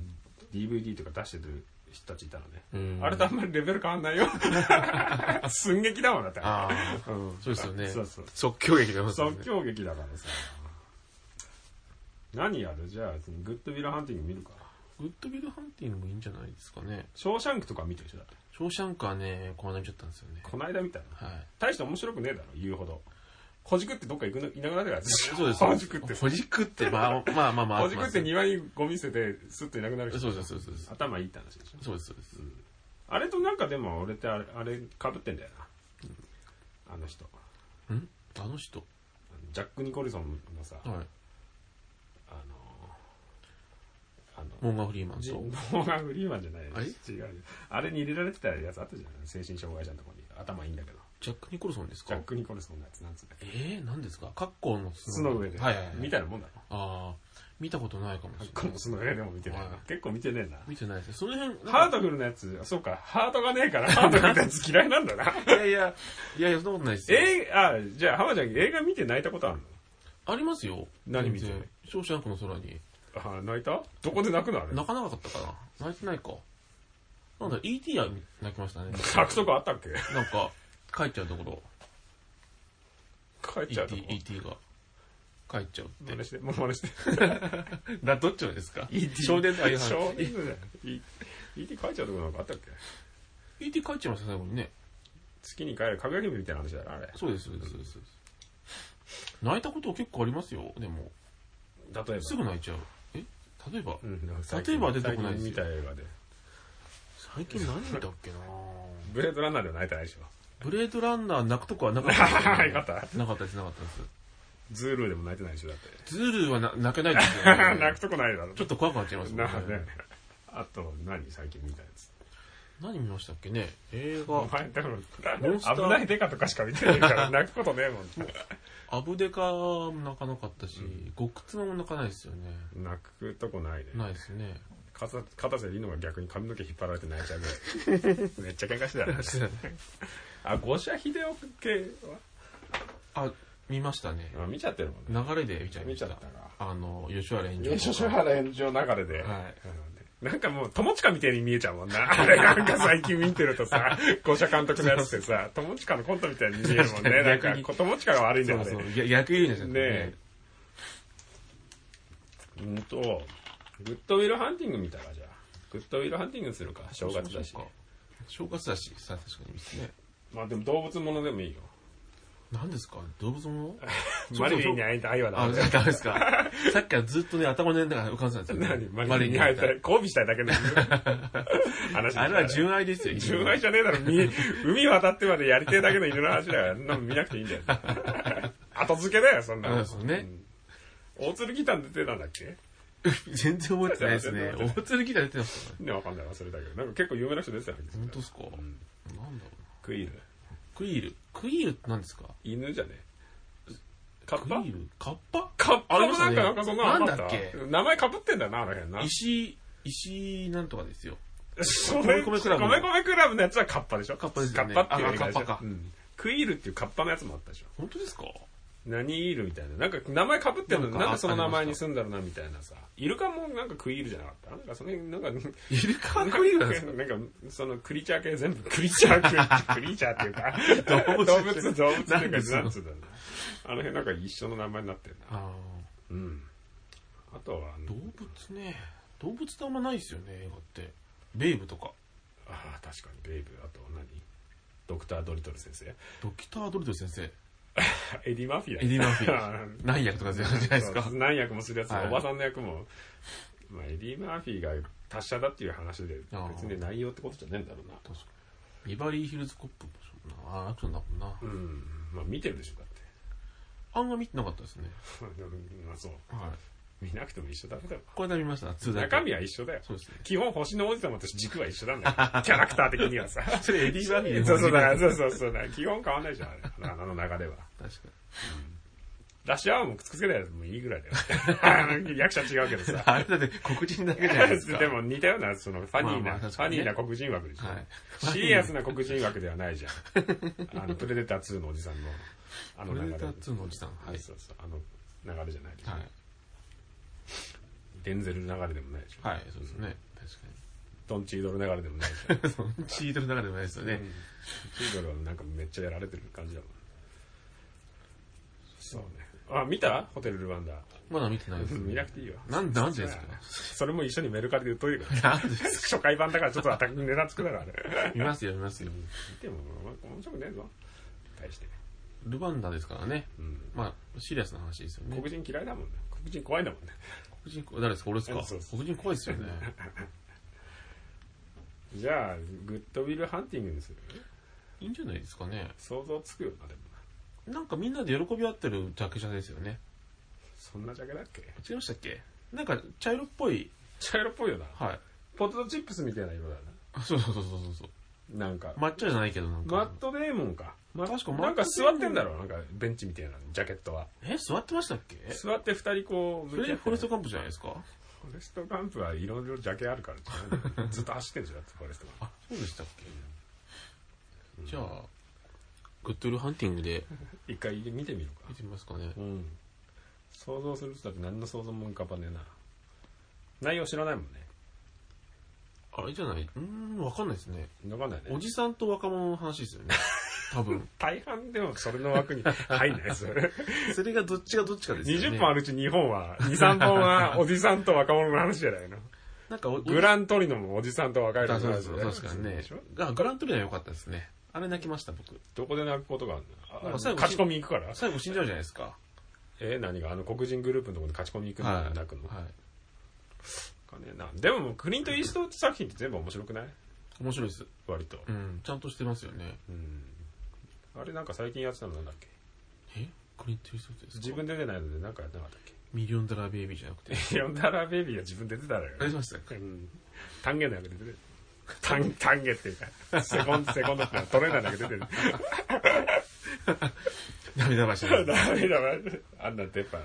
[SPEAKER 2] DVD とか出してる人たちいたのね、
[SPEAKER 1] うん
[SPEAKER 2] あれとあんまりレベル変わんない よ寸劇だもんだって
[SPEAKER 1] う。ああ、
[SPEAKER 2] うん
[SPEAKER 1] そうですよね。
[SPEAKER 2] そうそう
[SPEAKER 1] 即興劇がますよね
[SPEAKER 2] 即興劇だからさ何やるじゃあグッドウィルハンティング見るか
[SPEAKER 1] グッドビルハンティングもいいんじゃないですかね。
[SPEAKER 2] ショーシャンクとか見てる人だって
[SPEAKER 1] ショーシャンカーね、この間見ちゃったんですよね。
[SPEAKER 2] こないだ見たの
[SPEAKER 1] はい。
[SPEAKER 2] 大して面白くねえだろ言うほどほじくってどっか行くのいなくなってから
[SPEAKER 1] そうです。
[SPEAKER 2] ほじくって
[SPEAKER 1] ほじくって、まあまあまあまあ。
[SPEAKER 2] ほじくって庭にゴミ捨ててスッといなくなる人
[SPEAKER 1] そうです、そうです。そうです
[SPEAKER 2] 頭いいって話でしょ
[SPEAKER 1] そうです、そうです。
[SPEAKER 2] あれとなんかでも俺ってあれあれかぶってんだよな、あの人
[SPEAKER 1] んあの人。
[SPEAKER 2] あのジャック・ニコルソンのさ、
[SPEAKER 1] は
[SPEAKER 2] あのあの
[SPEAKER 1] い。モーガン・フリーマン
[SPEAKER 2] じ
[SPEAKER 1] と。
[SPEAKER 2] モーガン・フリーマンじゃない
[SPEAKER 1] あれ
[SPEAKER 2] 違うあれに入れられてたやつあったじゃん精神障害者のところに頭いいんだけど
[SPEAKER 1] ジャック・ニコルソンです
[SPEAKER 2] ジャ
[SPEAKER 1] か
[SPEAKER 2] ック・ニコルソンのやつなんつうんだっけ
[SPEAKER 1] えー、何ですかカッコーの
[SPEAKER 2] 巣の上で、
[SPEAKER 1] はいはいはい。
[SPEAKER 2] みたいなもんだろ
[SPEAKER 1] ああ、見たことないかもしれ
[SPEAKER 2] こ
[SPEAKER 1] ない。
[SPEAKER 2] の巣の上でも見てないな
[SPEAKER 1] はい
[SPEAKER 2] 結構見てねえな
[SPEAKER 1] 見てないですね。その辺、なんか
[SPEAKER 2] ハートフルなやつ、あそうか、ハートがねえから、ハートフルなやつ嫌いなんだな。
[SPEAKER 1] いやいや、いやいや、そんなことないですよ。
[SPEAKER 2] えあ、じゃあ、浜ちゃん映画見て泣いたことあるの
[SPEAKER 1] ありますよ。
[SPEAKER 2] 何見て
[SPEAKER 1] 全然ショーシャンクの空に。
[SPEAKER 2] あ泣いたどこで泣くのあれ。
[SPEAKER 1] 泣かなかったかな泣いてないか。なんだ、E.T. は泣きましたね。
[SPEAKER 2] 約束あったっけ
[SPEAKER 1] なんか、帰っちゃうところ、
[SPEAKER 2] 帰っちゃうと
[SPEAKER 1] E.T.
[SPEAKER 2] こ。
[SPEAKER 1] E.T. が。帰っちゃうって
[SPEAKER 2] 真似して、もう真似して。。
[SPEAKER 1] だ、どっちのですか
[SPEAKER 2] E.T.
[SPEAKER 1] 少年あ、いや
[SPEAKER 2] 少年だよ。E- E.T. 帰っちゃうとこなんかあったっけ
[SPEAKER 1] E.T. 帰っちゃいました、最後にね。
[SPEAKER 2] 月に帰る、かぐや姫みたいな話だよな、あれ。
[SPEAKER 1] そうです、そうです、そうです。そうです泣いたこと結構ありますよ、でも。
[SPEAKER 2] 例えば。
[SPEAKER 1] すぐ泣いちゃう。え例えば、
[SPEAKER 2] うん、最
[SPEAKER 1] 例
[SPEAKER 2] 近
[SPEAKER 1] えば出てこない
[SPEAKER 2] 最
[SPEAKER 1] ですよ
[SPEAKER 2] 近見た映画で。
[SPEAKER 1] 最近何見たっけな
[SPEAKER 2] ブレードランナーでは泣いてな いでしょ。
[SPEAKER 1] ブレードランナー泣くとこはなかったです よね。
[SPEAKER 2] よかった
[SPEAKER 1] なかったです、なかったです。
[SPEAKER 2] ズールーでも泣いてないでしょ、だって。。
[SPEAKER 1] ズールはな 泣けないですよ、ね
[SPEAKER 2] 泣くとこないだろ。
[SPEAKER 1] ちょっと怖くなっちゃいますもん
[SPEAKER 2] なあね。あと、何最近見たやつ。
[SPEAKER 1] 何見ましたっけね映
[SPEAKER 2] お
[SPEAKER 1] 画、
[SPEAKER 2] 前、だから
[SPEAKER 1] モンスター
[SPEAKER 2] 危ないデカとかしか見てないから、泣くことねえもん。
[SPEAKER 1] アブデカも泣かなかったし、極妻も泣かないですよね。
[SPEAKER 2] 泣くとこないね。
[SPEAKER 1] ないですね。
[SPEAKER 2] 片瀬片瀬里乃が逆に髪の毛引っ張られて泣いちゃうぐ らい。めっちゃ喧嘩してたよね。あ、五社秀夫系
[SPEAKER 1] あ、見ましたね。
[SPEAKER 2] はあ見ちゃってるもん
[SPEAKER 1] 流
[SPEAKER 2] ね。
[SPEAKER 1] れで見ちゃいま
[SPEAKER 2] 見
[SPEAKER 1] し
[SPEAKER 2] ちゃ
[SPEAKER 1] た。
[SPEAKER 2] ったか。
[SPEAKER 1] あの、吉原炎上とか。
[SPEAKER 2] 優勝原炎上流れ
[SPEAKER 1] は
[SPEAKER 2] で。
[SPEAKER 1] い
[SPEAKER 2] あのねなんかもう、友近みたいに見えちゃうもんな。あれなんか最近見てると さ、五社監督のやつってさ、友近のコントみたいに見えるもんね。なん
[SPEAKER 1] 確
[SPEAKER 2] か
[SPEAKER 1] か に逆に、
[SPEAKER 2] 友近が悪いんだ
[SPEAKER 1] そ
[SPEAKER 2] よ
[SPEAKER 1] う
[SPEAKER 2] ね
[SPEAKER 1] そ。う。や逆輸入じゃなくてね。
[SPEAKER 2] ねうんと、グッドウィルハンティング見たらじゃあ。グッドウィルハンティングするか、正月だし
[SPEAKER 1] そう。か正月だし、さ、確かにですね。
[SPEAKER 2] まあでも動物ものでもいいよ。
[SPEAKER 1] 何ですか動物もの
[SPEAKER 2] マリリンに会いたいわ
[SPEAKER 1] あ、
[SPEAKER 2] な。
[SPEAKER 1] じゃあダメですか。 さっきからずっとね、頭の中が浮かんでたんですよね、
[SPEAKER 2] 何マリリンに会いたい。交尾したいだけの 話だ
[SPEAKER 1] あれは純愛ですよ。
[SPEAKER 2] 純愛じゃねえだろ。み海渡ってまでやりてえだけの犬の話だから、そんなの見なくていいんだ よ。後付けだよ、そんな
[SPEAKER 1] そう
[SPEAKER 2] の。
[SPEAKER 1] ですよね
[SPEAKER 2] うん。大鶴ギター出てたんだっけ
[SPEAKER 1] 全然覚えてないですね
[SPEAKER 2] 全然覚えて。ない
[SPEAKER 1] 大鶴ギター出てますからね。
[SPEAKER 2] ね、わかんない、忘れたけど。なんか結構有名な人出てたんですよ
[SPEAKER 1] 本当ですか、なんだろうな。
[SPEAKER 2] クイール。
[SPEAKER 1] クイール。クイールって何ですか
[SPEAKER 2] 犬じゃねカッ
[SPEAKER 1] クイ
[SPEAKER 2] パ
[SPEAKER 1] ールカッパ
[SPEAKER 2] カッパ
[SPEAKER 1] あ
[SPEAKER 2] も
[SPEAKER 1] りまし
[SPEAKER 2] な
[SPEAKER 1] た
[SPEAKER 2] ん
[SPEAKER 1] ね
[SPEAKER 2] か、なんかそんなのあんま
[SPEAKER 1] なんだっけ
[SPEAKER 2] 名前かぶってんだよな、あの辺な。
[SPEAKER 1] 石井、石井なんとかですよ。
[SPEAKER 2] そ
[SPEAKER 1] 米
[SPEAKER 2] れ、
[SPEAKER 1] 米クラブ
[SPEAKER 2] 米米クラブのやつはカッパでしょ
[SPEAKER 1] カッパですよね
[SPEAKER 2] カッパっていうやり
[SPEAKER 1] あ
[SPEAKER 2] 方でしょ
[SPEAKER 1] カッパか
[SPEAKER 2] うんクイールっていうカッパのやつもあったでしょ。
[SPEAKER 1] 本当ですか
[SPEAKER 2] 何イールみたいな。なんか名前かぶってんのに
[SPEAKER 1] なんか
[SPEAKER 2] なんでその名前にすんだろうなみたいなさ。イルカもなんかクイールじゃなかったなんかその辺、なんか、
[SPEAKER 1] イルカはクイールなんですか
[SPEAKER 2] なんか、そのクリーチャー系全部クリーチャー系、クリーチャーっていうか、 動
[SPEAKER 1] 動
[SPEAKER 2] 物、
[SPEAKER 1] 物
[SPEAKER 2] 動物、動物って
[SPEAKER 1] ないん
[SPEAKER 2] う
[SPEAKER 1] で
[SPEAKER 2] か、
[SPEAKER 1] その
[SPEAKER 2] なんつうんだろうなあの辺なんか一緒の名前になってるな。
[SPEAKER 1] あ
[SPEAKER 2] うん。あとは、あ
[SPEAKER 1] ー
[SPEAKER 2] の
[SPEAKER 1] 動物ね。動物ってあんまないですよね、映画って。ベイブとか。
[SPEAKER 2] あー確かにベイブ、あと何ドクター・ドリトル先生。
[SPEAKER 1] ドキター・ドリトル先生。
[SPEAKER 2] エディ・マーフィーだ
[SPEAKER 1] エディ・マーフィ
[SPEAKER 2] あ
[SPEAKER 1] ー。何役とかじゃないですか
[SPEAKER 2] そう。何役もするやつも、
[SPEAKER 1] はい
[SPEAKER 2] おばさんの役も、まあ、エディ・マーフィーが達者だっていう話で
[SPEAKER 1] あー
[SPEAKER 2] 別に内容ってことじゃねえんだろうな
[SPEAKER 1] 確かに。ビバリー・ヒルズ・コップもそうだな。あーアクションだもんな。
[SPEAKER 2] うんまあ見てるでしょだって
[SPEAKER 1] あんま見てなかったですね。
[SPEAKER 2] まあそう
[SPEAKER 1] はい。
[SPEAKER 2] 見なくても一緒だろうよ
[SPEAKER 1] これで見ました、2だけ。
[SPEAKER 2] 中身は一緒だよ
[SPEAKER 1] そうですね。
[SPEAKER 2] 基本星の王子様と軸は一緒な んだよキャラクター的にはさ
[SPEAKER 1] それエディ・マーフィー
[SPEAKER 2] そうそうだからそうそうそうだから基本変わんないじゃんあれあの流れは
[SPEAKER 1] 確かに。
[SPEAKER 2] ラッシュアワーもくっつけないやつもいいぐらい だよ役者違うけどさ
[SPEAKER 1] あれだって黒人だけじゃない ですか。
[SPEAKER 2] でも似たような、その、ファニ
[SPEAKER 1] ま
[SPEAKER 2] ー
[SPEAKER 1] あ
[SPEAKER 2] な、
[SPEAKER 1] まあ
[SPEAKER 2] フ
[SPEAKER 1] 確か
[SPEAKER 2] ァ
[SPEAKER 1] に
[SPEAKER 2] ニ
[SPEAKER 1] ね
[SPEAKER 2] ーな黒人枠でしょ。
[SPEAKER 1] はい
[SPEAKER 2] シリアスな黒人枠ではない じゃん。あの、プレデター2のおじさんの、あの
[SPEAKER 1] プ
[SPEAKER 2] 流
[SPEAKER 1] レ
[SPEAKER 2] れ。
[SPEAKER 1] デター2のおじさん。はい。
[SPEAKER 2] そうそう、あの流れじゃない。
[SPEAKER 1] はい。
[SPEAKER 2] デンゼル流れでもないでしょ。
[SPEAKER 1] はい、そうですね。
[SPEAKER 2] ドンチードル流れでもないでしょ。
[SPEAKER 1] 確かに。チートの中でもないですよね。
[SPEAKER 2] チードルはなんかめっちゃやられてる感じだもん。そうね。あ、見たホテルルワンダー。
[SPEAKER 1] まだ見てないです。
[SPEAKER 2] 見なくていいよ。
[SPEAKER 1] なんで、なんでです
[SPEAKER 2] それも一緒にメルカリで売っといて くれ
[SPEAKER 1] かなんで
[SPEAKER 2] 初回版だからちょっと私値段つくだろ、あれ。
[SPEAKER 1] 見ますよ、見ますよ。
[SPEAKER 2] 見ても、面白くねえぞ。大して。
[SPEAKER 1] ルバンダですからね。
[SPEAKER 2] うん。
[SPEAKER 1] まあ、シリアスな話ですよね。
[SPEAKER 2] 黒人嫌いだもんね。黒人怖いんだもんね。
[SPEAKER 1] 黒人、誰ですか俺ですか
[SPEAKER 2] そうそう
[SPEAKER 1] 黒人怖いです よね。
[SPEAKER 2] じゃあ、グッドウィルハンティングにする
[SPEAKER 1] いいんじゃないですかね。
[SPEAKER 2] 想像つくよな、でもな。
[SPEAKER 1] なんかみんなで喜び合ってるジャケ写ですよね。
[SPEAKER 2] そんなジャケだっけ
[SPEAKER 1] 違いましたっけなんか茶色っぽい。
[SPEAKER 2] 茶色っぽいよな。
[SPEAKER 1] はい。
[SPEAKER 2] ポテトチップスみたいな色だ
[SPEAKER 1] あそうそうそうそうそうそう。
[SPEAKER 2] な。なんか。
[SPEAKER 1] 抹茶じゃないけどなん
[SPEAKER 2] マッ
[SPEAKER 1] か。
[SPEAKER 2] トデーモンか。マッ
[SPEAKER 1] 確かマット
[SPEAKER 2] なんか座ってんだろなんかベンチみたいなジャケットは。
[SPEAKER 1] え、座ってましたっけ
[SPEAKER 2] 座って二人こう
[SPEAKER 1] それフォレスト
[SPEAKER 2] カン
[SPEAKER 1] カンプじゃないですか
[SPEAKER 2] プ。フォレストカンプはいろいろジャケあるからじゃない、ずっと走ってるじゃん、だってフォレストカン
[SPEAKER 1] あ、そうでしたっけじゃあ、グッドウィルハンティングで
[SPEAKER 2] プ。一回見てみよう
[SPEAKER 1] 見
[SPEAKER 2] か。
[SPEAKER 1] てみますかね。
[SPEAKER 2] うん。想像するとだって何の想像も浮かばねえな。内容知らないもんね。
[SPEAKER 1] あれじゃないうーん、わかんないですね。
[SPEAKER 2] わかんないね。
[SPEAKER 1] おじさんと若者の話ですよ ね。多分。
[SPEAKER 2] 大半でもそれの枠に入んないですよね。
[SPEAKER 1] それがどっちがどっちかですよね。
[SPEAKER 2] 20本あ
[SPEAKER 1] る。
[SPEAKER 2] るうち2本は、2、3本 はおじさんと若者の話じゃないの。
[SPEAKER 1] なんかお、
[SPEAKER 2] グラントリノもおじさんと若い
[SPEAKER 1] あ
[SPEAKER 2] の
[SPEAKER 1] そう
[SPEAKER 2] 話
[SPEAKER 1] そうそう確かにね
[SPEAKER 2] でしょ。
[SPEAKER 1] あ、グラントリノは良かったですね。あれ泣きました、僕。
[SPEAKER 2] どこで泣くことがある
[SPEAKER 1] なん
[SPEAKER 2] の
[SPEAKER 1] か
[SPEAKER 2] あ
[SPEAKER 1] 最後
[SPEAKER 2] 勝ち込み行くから
[SPEAKER 1] 最後死んじゃうじゃないですか。
[SPEAKER 2] え何があの黒人グループのところで勝ち込み行くのに泣くの、
[SPEAKER 1] はい。
[SPEAKER 2] かねなでももうクリント・イーストウッド作品って全部面白くない
[SPEAKER 1] 面白いです。
[SPEAKER 2] 割と、
[SPEAKER 1] うん。ちゃんとしてますよね。
[SPEAKER 2] うんあれなんか最近やってたのなんだっけ
[SPEAKER 1] えクリント・イーストウッドですか
[SPEAKER 2] 自分で出ないのでなんかやってなかったっ
[SPEAKER 1] ミリオンダラーベイビーじゃなくて。
[SPEAKER 2] けヨンダラベイビーは自分で出たらよ
[SPEAKER 1] あれしましたっ
[SPEAKER 2] う
[SPEAKER 1] け
[SPEAKER 2] ん単元だけ出てる単単元っていうかセコンドセコンドってのはトレーナーだけ出てる
[SPEAKER 1] 涙 柱です。
[SPEAKER 2] ダメだわあんなんてやっぱ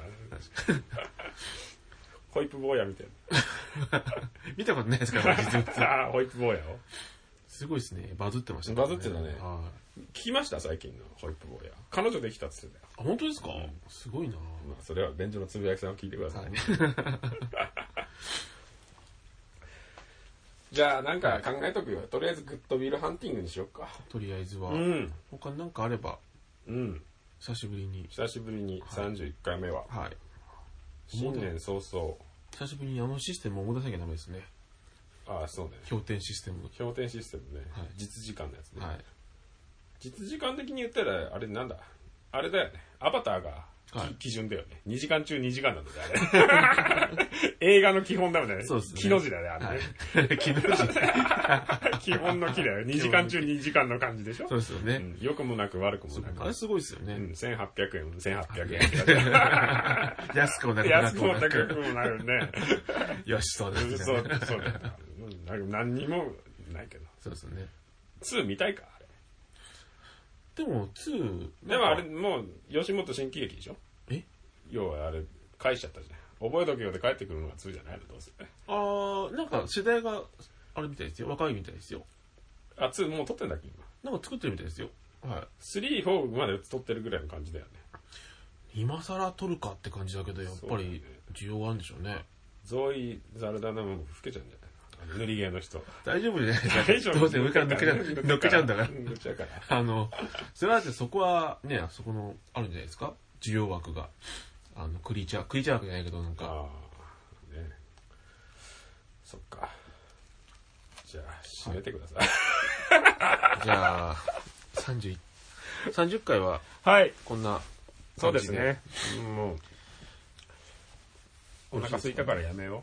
[SPEAKER 2] ホイップ坊やみたい
[SPEAKER 1] 見たことないですから、実物。
[SPEAKER 2] なあーホイップ坊やを
[SPEAKER 1] すごいですね。バズってました、
[SPEAKER 2] バズってたね
[SPEAKER 1] はい。
[SPEAKER 2] 聞きました最近のホイップ坊や彼女できたっつってたよ
[SPEAKER 1] あ、本当ですか、すごいな
[SPEAKER 2] まあそれは便所のつぶやきさんを聞いてください、じゃあなんか考えとくよとりあえずグッドビールハンティングにしよっか
[SPEAKER 1] とりあえずは。
[SPEAKER 2] ん
[SPEAKER 1] 他になんかあれば、
[SPEAKER 2] うん
[SPEAKER 1] 久しぶりに。
[SPEAKER 2] 久しぶりに31回目は
[SPEAKER 1] はい。
[SPEAKER 2] 新年早々
[SPEAKER 1] 久しぶりにあのシステムを思い出さなきゃダメですね。
[SPEAKER 2] ああそうね
[SPEAKER 1] 氷点システムの。
[SPEAKER 2] 氷点システムね、
[SPEAKER 1] はい
[SPEAKER 2] 実時間のやつね、
[SPEAKER 1] はい。
[SPEAKER 2] 実時間的に言ったらあれなんだあれだよねアバターが、き
[SPEAKER 1] はい
[SPEAKER 2] 基準だよね2時間中2時間なんだねあれ 映画の基本だもんね
[SPEAKER 1] そうですね
[SPEAKER 2] 木の字だねあれね、
[SPEAKER 1] はい。 昨日
[SPEAKER 2] 基本の木だよ。2時 間中2時間の感じでしょ
[SPEAKER 1] そうですよ
[SPEAKER 2] う
[SPEAKER 1] ね。
[SPEAKER 2] ん良くもなく悪くもな
[SPEAKER 1] あれ
[SPEAKER 2] く。
[SPEAKER 1] すごいですよ
[SPEAKER 2] う
[SPEAKER 1] ね
[SPEAKER 2] ん、。1800円、1800
[SPEAKER 1] 安くもな
[SPEAKER 2] 円。
[SPEAKER 1] くな
[SPEAKER 2] 安
[SPEAKER 1] く
[SPEAKER 2] くも
[SPEAKER 1] も
[SPEAKER 2] な
[SPEAKER 1] な
[SPEAKER 2] く
[SPEAKER 1] く。
[SPEAKER 2] もなるね。
[SPEAKER 1] よし、そうです
[SPEAKER 2] そう、
[SPEAKER 1] ね。
[SPEAKER 2] そ
[SPEAKER 1] そう
[SPEAKER 2] うだよ。うんなんか何にもないけど。
[SPEAKER 1] ですよね。
[SPEAKER 2] 2見たいか、あれ。
[SPEAKER 1] でも、2、
[SPEAKER 2] でもあれ、もう、吉本新喜劇でしょ
[SPEAKER 1] え
[SPEAKER 2] 要はあれ、返しちゃったじゃん。覚えとけよって帰ってくるのが2じゃないの、どうせ。
[SPEAKER 1] あー、なんか世代が、あれみたいですよ。若いみたいですよ。
[SPEAKER 2] あ、2もう撮ってんだっけ、今。
[SPEAKER 1] なんか作ってるみたいですよ。は
[SPEAKER 2] 3、4まで撮ってるぐらいの感じだよね。
[SPEAKER 1] い。今更撮るかって感じだけど、やっぱり需要があるんでしょうね。
[SPEAKER 2] ゾイ・ザルダナも老けちゃうんじゃないのあの塗り毛の人。
[SPEAKER 1] 大丈夫じゃないですか。
[SPEAKER 2] 大丈 夫
[SPEAKER 1] どうせ上から抜けちゃう、乗っけちゃうんだから。
[SPEAKER 2] 乗っちゃうから。
[SPEAKER 1] あの、それはだってそこはね、そこの、あるんじゃないですか需要枠が。あの、クリーチャー、クリーチャー枠じゃないけど、なんか、
[SPEAKER 2] ああ、ね。そっか。じゃあ、閉めてくださ。
[SPEAKER 1] じゃあ、31、30回はい
[SPEAKER 2] はい。
[SPEAKER 1] こんな
[SPEAKER 2] そ
[SPEAKER 1] 感
[SPEAKER 2] うで
[SPEAKER 1] じ
[SPEAKER 2] すね。もう、お腹空いたからやめよ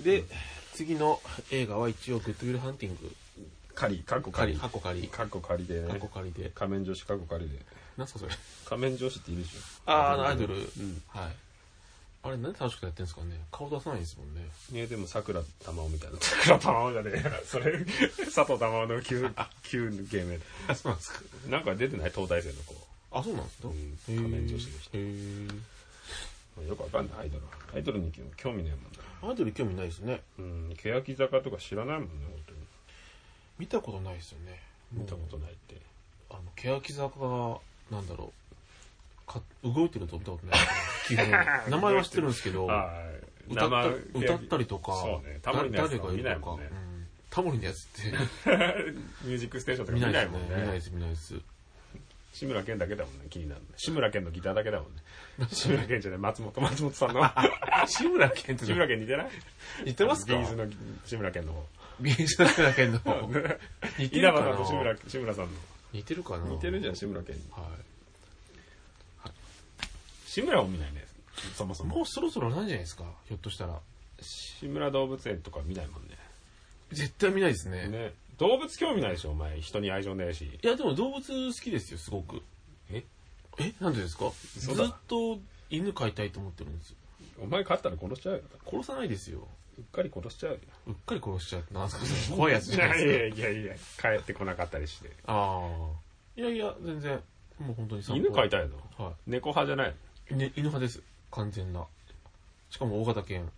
[SPEAKER 2] う。
[SPEAKER 1] で、次の映画は一応、グッドウィルハンティング、
[SPEAKER 2] 狩り、カッコ
[SPEAKER 1] 仮、
[SPEAKER 2] 狩り。
[SPEAKER 1] 箱仮、
[SPEAKER 2] カッコ狩りでね
[SPEAKER 1] 箱。仮で、
[SPEAKER 2] 仮面女子カッコ狩りで。
[SPEAKER 1] なんすかそれ。
[SPEAKER 2] 仮面女子っているでしょ。
[SPEAKER 1] あー、あ のアイドル。
[SPEAKER 2] ん
[SPEAKER 1] はい。あれ、なんで楽しくやってんですかね顔出さないですもんね。
[SPEAKER 2] ねでも桜玉緒みたいな。桜玉緒じゃね えやそれ、佐藤玉緒 の旧、旧芸名だ。
[SPEAKER 1] あ、 そうなんですか。
[SPEAKER 2] なんか出てない東大生の子。
[SPEAKER 1] あ、そうなんですか
[SPEAKER 2] ん仮面女子でし
[SPEAKER 1] へー
[SPEAKER 2] よくわかんない、アイドルは。アイドルに興味ねえ
[SPEAKER 1] アイドル興味ないですね。
[SPEAKER 2] もんな。うん、欅坂とか知らないもんね、本当に。
[SPEAKER 1] 見たことないですよね。
[SPEAKER 2] 見たことないって。
[SPEAKER 1] あの、欅坂が、なんだろう。か動いてると見たことないですね。 基本。名前は知ってるんですけど、
[SPEAKER 2] はい。
[SPEAKER 1] 歌った
[SPEAKER 2] 生
[SPEAKER 1] 歌ったりとか、
[SPEAKER 2] そうねタモリのやつ
[SPEAKER 1] 誰
[SPEAKER 2] とか
[SPEAKER 1] がい
[SPEAKER 2] 見ない
[SPEAKER 1] ると
[SPEAKER 2] も
[SPEAKER 1] か、
[SPEAKER 2] んね
[SPEAKER 1] うんタモリのやつ って
[SPEAKER 2] ミュージックステーションとか
[SPEAKER 1] 見
[SPEAKER 2] 見
[SPEAKER 1] ないで
[SPEAKER 2] な
[SPEAKER 1] す
[SPEAKER 2] いもん
[SPEAKER 1] ね。見ないで
[SPEAKER 2] ね。
[SPEAKER 1] す、見ないです。
[SPEAKER 2] 志村けんだけだもんね、気になるの。志村けんのギターだけだもんね。志村けんじゃない、松本、松本さ んの。
[SPEAKER 1] 志村けんって
[SPEAKER 2] 志村けん似てない
[SPEAKER 1] 似てますか
[SPEAKER 2] ビーズの志村けんの方。
[SPEAKER 1] ビーズの志村け んの方。似て
[SPEAKER 2] 稲
[SPEAKER 1] る
[SPEAKER 2] 葉
[SPEAKER 1] か
[SPEAKER 2] さんと志
[SPEAKER 1] な
[SPEAKER 2] 村志村さんの。
[SPEAKER 1] 似てるかな
[SPEAKER 2] 似てるじゃん、志村けん。
[SPEAKER 1] はい。
[SPEAKER 2] 志村を見ないね、そもそ
[SPEAKER 1] も
[SPEAKER 2] も
[SPEAKER 1] う。そろそろなんじゃないですかひょっとしたら。
[SPEAKER 2] 志村動物園とか見ないもんね。
[SPEAKER 1] 絶対見ないですね。
[SPEAKER 2] ね動物興味ないでしょお前人に愛情ないし
[SPEAKER 1] いや、でも動物好きですよ、すごく。
[SPEAKER 2] え
[SPEAKER 1] え、なんでですかず
[SPEAKER 2] そ
[SPEAKER 1] っ
[SPEAKER 2] うだ
[SPEAKER 1] と犬飼いたいと思ってるんですよ。
[SPEAKER 2] お前勝ったら殺しちゃうよ。
[SPEAKER 1] 殺さないですよ。
[SPEAKER 2] うっかり殺しちゃうよ。
[SPEAKER 1] うっかり殺しちゃうってなんすかそ れ怖いやつじゃないですか。
[SPEAKER 2] やいやいや、帰ってこなかったりして。
[SPEAKER 1] ああ。いやいや、全然、もう本当に散歩
[SPEAKER 2] 犬飼いたいの
[SPEAKER 1] は
[SPEAKER 2] 猫派じゃない
[SPEAKER 1] い。ね、犬派です。完全な。しかも大型犬。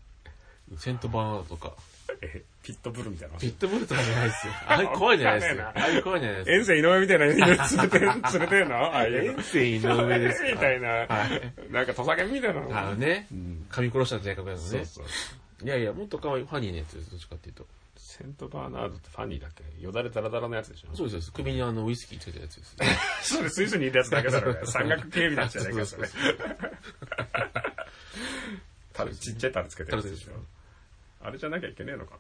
[SPEAKER 1] セントバーナードとか。
[SPEAKER 2] え、ピットブルみたいな
[SPEAKER 1] ピ。ットブルとかじゃない ですよ。あれ怖いじゃないですよ。
[SPEAKER 2] わかんねえ
[SPEAKER 1] あれ怖いじゃないですよ。
[SPEAKER 2] 遠征井上みたいな犬連れて、連れてんの ああいうの
[SPEAKER 1] 遠。征井上ですか
[SPEAKER 2] みたいな、
[SPEAKER 1] はい
[SPEAKER 2] なんかトサケみたいな
[SPEAKER 1] あの
[SPEAKER 2] の。
[SPEAKER 1] ね
[SPEAKER 2] う、ん
[SPEAKER 1] 噛み殺したんじゃないかぐらいの
[SPEAKER 2] そう
[SPEAKER 1] ね。
[SPEAKER 2] そう。
[SPEAKER 1] いやいや、もっと可愛い、ファニーなやつです。どっちかっていうと。
[SPEAKER 2] セントバーナードってファニーだっけよだれダラダラのやつでしょ
[SPEAKER 1] そうですそうです。首にあの、ウイスキーつけたやつ です。
[SPEAKER 2] それスイスにいるやつだけだろ、ね、 山岳警備なんじゃないかそれ
[SPEAKER 1] そうそう
[SPEAKER 2] タルちっちゃいタルつけてるやつでしょ
[SPEAKER 1] タルで
[SPEAKER 2] あれじゃなきゃいけねえのか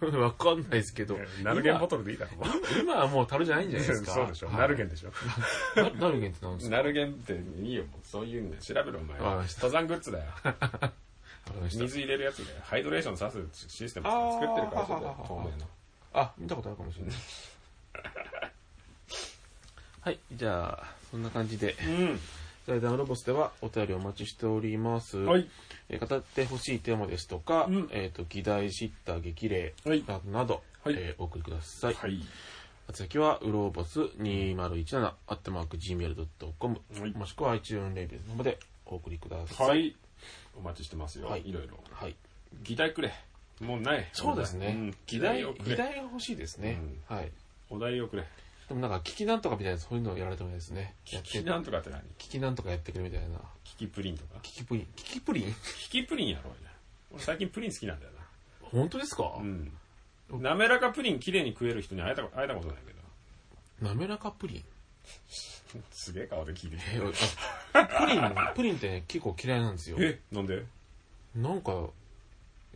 [SPEAKER 1] そうわかんないですけど
[SPEAKER 2] な、。ナルゲンボトルでいいだろもう
[SPEAKER 1] 今今はもう樽じゃないんじゃないですか。
[SPEAKER 2] そうでしょ、
[SPEAKER 1] はい
[SPEAKER 2] ナルゲンでしょ
[SPEAKER 1] ななるげんってなんですか
[SPEAKER 2] ナルゲンっていいよもうそういうの調べろお前
[SPEAKER 1] わかりました
[SPEAKER 2] 登山グッズだよ
[SPEAKER 1] わかりました
[SPEAKER 2] 水入れるやつだよハイドレーションさすシステム
[SPEAKER 1] あー
[SPEAKER 2] 作ってる会
[SPEAKER 1] は
[SPEAKER 2] 社だ
[SPEAKER 1] は
[SPEAKER 2] よ
[SPEAKER 1] は
[SPEAKER 2] 透明の
[SPEAKER 1] あ、見たことあるかもしれない。 はい、じゃあ、そんな感じで、ダイダンロボスではお便りお待ちしております。
[SPEAKER 2] うんはい
[SPEAKER 1] えー語ってほしいテーマですとか、
[SPEAKER 2] うん
[SPEAKER 1] えっ、と、議題、知った、激励
[SPEAKER 2] はい
[SPEAKER 1] などなど、
[SPEAKER 2] はい
[SPEAKER 1] えーお送りください。
[SPEAKER 2] はい
[SPEAKER 1] あつ先は、うろうぼす2017、アットマーク、gmail.com、
[SPEAKER 2] はい
[SPEAKER 1] もしくは iTunes レビューの方でお送りください。
[SPEAKER 2] は。いお待ちしてますよ、
[SPEAKER 1] はい
[SPEAKER 2] い、ろいろ
[SPEAKER 1] はい。
[SPEAKER 2] 議題くれもうない
[SPEAKER 1] そうですね。
[SPEAKER 2] ん
[SPEAKER 1] 議
[SPEAKER 2] 議
[SPEAKER 1] 題、
[SPEAKER 2] 題をく
[SPEAKER 1] 議題が
[SPEAKER 2] れ
[SPEAKER 1] 欲しいですね。はい。
[SPEAKER 2] お題をくれ
[SPEAKER 1] でもなんか、聞きなんとかみたいな、そういうのやられてもいいですね。や
[SPEAKER 2] 聞
[SPEAKER 1] って
[SPEAKER 2] きなんとかって何
[SPEAKER 1] 聞きなんとかやってくれみたいな。
[SPEAKER 2] キキプリンとか
[SPEAKER 1] 聞きプリン。聞きプリン
[SPEAKER 2] キキプリンやろうよ俺最近プリン好きなんだよ
[SPEAKER 1] 本当ですか、
[SPEAKER 2] なうん滑らかプリン綺麗に食える人に会えた会えたことないけど
[SPEAKER 1] 滑らかプリン
[SPEAKER 2] すげえ顔で聞いてる
[SPEAKER 1] え、あ、プリン、プリンって、ね、結構嫌いなんですよ。
[SPEAKER 2] えなんで
[SPEAKER 1] なんか、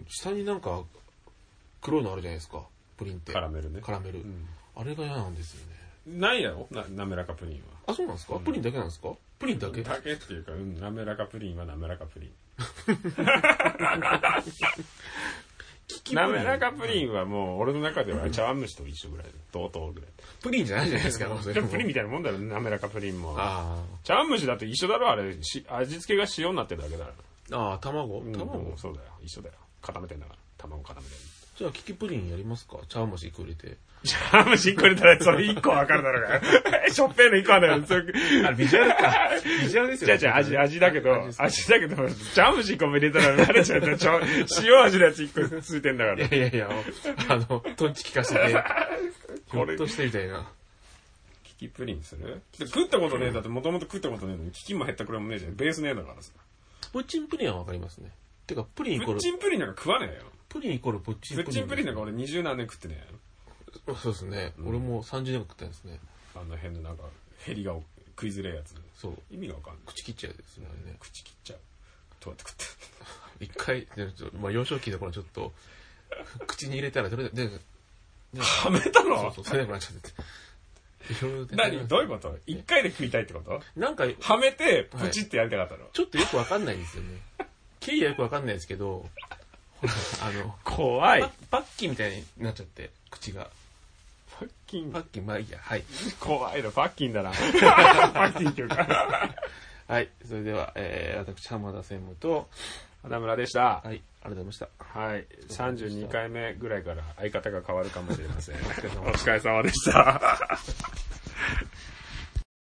[SPEAKER 1] 下になんか、黒いのあるじゃないですか。プリンって。
[SPEAKER 2] カラメルね
[SPEAKER 1] カラメル。
[SPEAKER 2] ん
[SPEAKER 1] あれが嫌なんですよね。
[SPEAKER 2] ないやろな滑らかプリン
[SPEAKER 1] あ、
[SPEAKER 2] は
[SPEAKER 1] そうなんですか、プリンだけなんですかプリンだけ
[SPEAKER 2] だけっていうか、うん、滑らかプリンは滑らかプリン
[SPEAKER 1] 聞きプリン
[SPEAKER 2] 滑らかプリンはもう俺の中では茶碗蒸しと一緒ぐらい同等ぐらい
[SPEAKER 1] プリンじゃないじゃ ないですか。そ
[SPEAKER 2] で
[SPEAKER 1] れ
[SPEAKER 2] も
[SPEAKER 1] も
[SPEAKER 2] プリンみたいなもんだろ滑らかプリンも
[SPEAKER 1] あ
[SPEAKER 2] 茶碗蒸しだって一緒だろあれし味付けが塩になってるだけだろ
[SPEAKER 1] あ。ああ、卵
[SPEAKER 2] うん
[SPEAKER 1] 卵、
[SPEAKER 2] うんそうだよ一緒だよ固めてんだから卵固めてんだ
[SPEAKER 1] じゃあ、キキプリンやりますか茶碗蒸し一個入れて。
[SPEAKER 2] ジャムシンクれたら、それ1個わかるだろうが。 しょっぺーの1個はだよ。それ
[SPEAKER 1] あ、ビジュアルか。ビジュアルです
[SPEAKER 2] じゃ
[SPEAKER 1] よ
[SPEAKER 2] あ
[SPEAKER 1] ね。
[SPEAKER 2] じゃあ味、味だけど
[SPEAKER 1] 味です、か
[SPEAKER 2] 味だけど、ジャムシン個も入れたら慣れちゃうじゃん。 塩味のやつ1個ついてんだから。
[SPEAKER 1] いやいやいや、あの、トンチ聞かせて、ひょ
[SPEAKER 2] こ
[SPEAKER 1] っ
[SPEAKER 2] れ、
[SPEAKER 1] と
[SPEAKER 2] キ
[SPEAKER 1] してみたいな。
[SPEAKER 2] キプリンする食ったことねえだって、もともと食ったことねえのに、キキも減ったくれもねえじゃん。ベースねえだからさ。
[SPEAKER 1] プッチンプリンはわかりますね。てか、プリンイ
[SPEAKER 2] プ
[SPEAKER 1] コー
[SPEAKER 2] ッ
[SPEAKER 1] ル、
[SPEAKER 2] チンプリンなんか食わねえよ。
[SPEAKER 1] プリンイコールプッチン
[SPEAKER 2] プ
[SPEAKER 1] プリン。
[SPEAKER 2] ッチンプリンなんか俺二十何年食ってねえよ。
[SPEAKER 1] そうですね。俺も30年間食ったんですね。
[SPEAKER 2] あの辺のなんか、ヘリが食いづれえやつ。
[SPEAKER 1] そう。
[SPEAKER 2] 意味がわかんない。
[SPEAKER 1] 口切っちゃうですね、あれね。
[SPEAKER 2] 口切っちゃう。どうやって食って
[SPEAKER 1] 一回、じゃあちょっとまあ幼少期の頃ちょっと、口に入れたら取れた、で、
[SPEAKER 2] はめたの
[SPEAKER 1] そうそう、取れなくなっちゃってて。いろいろ出て
[SPEAKER 2] 何どういうこと一回で食いたいってこと
[SPEAKER 1] なんか、
[SPEAKER 2] はめて、プチってやりたかったの。
[SPEAKER 1] ちょっとよくわかんないんですよね。経緯はよくわかんないですけど、ほら、あの、
[SPEAKER 2] 怖い
[SPEAKER 1] パ。パッキンみたいになっちゃって、口が。
[SPEAKER 2] パッキン
[SPEAKER 1] パ。ッキン、まあいいや、はい。
[SPEAKER 2] 怖いの、パッキン だな。パッキンっていうか。
[SPEAKER 1] はい、それでは、えー、私、浜田専務と、
[SPEAKER 2] 花村でした。
[SPEAKER 1] はい、ありがとうございました。
[SPEAKER 2] はい。32回目ぐらいから相方が変わるかもしれません。お
[SPEAKER 1] 疲れ様
[SPEAKER 2] 疲れ様でした。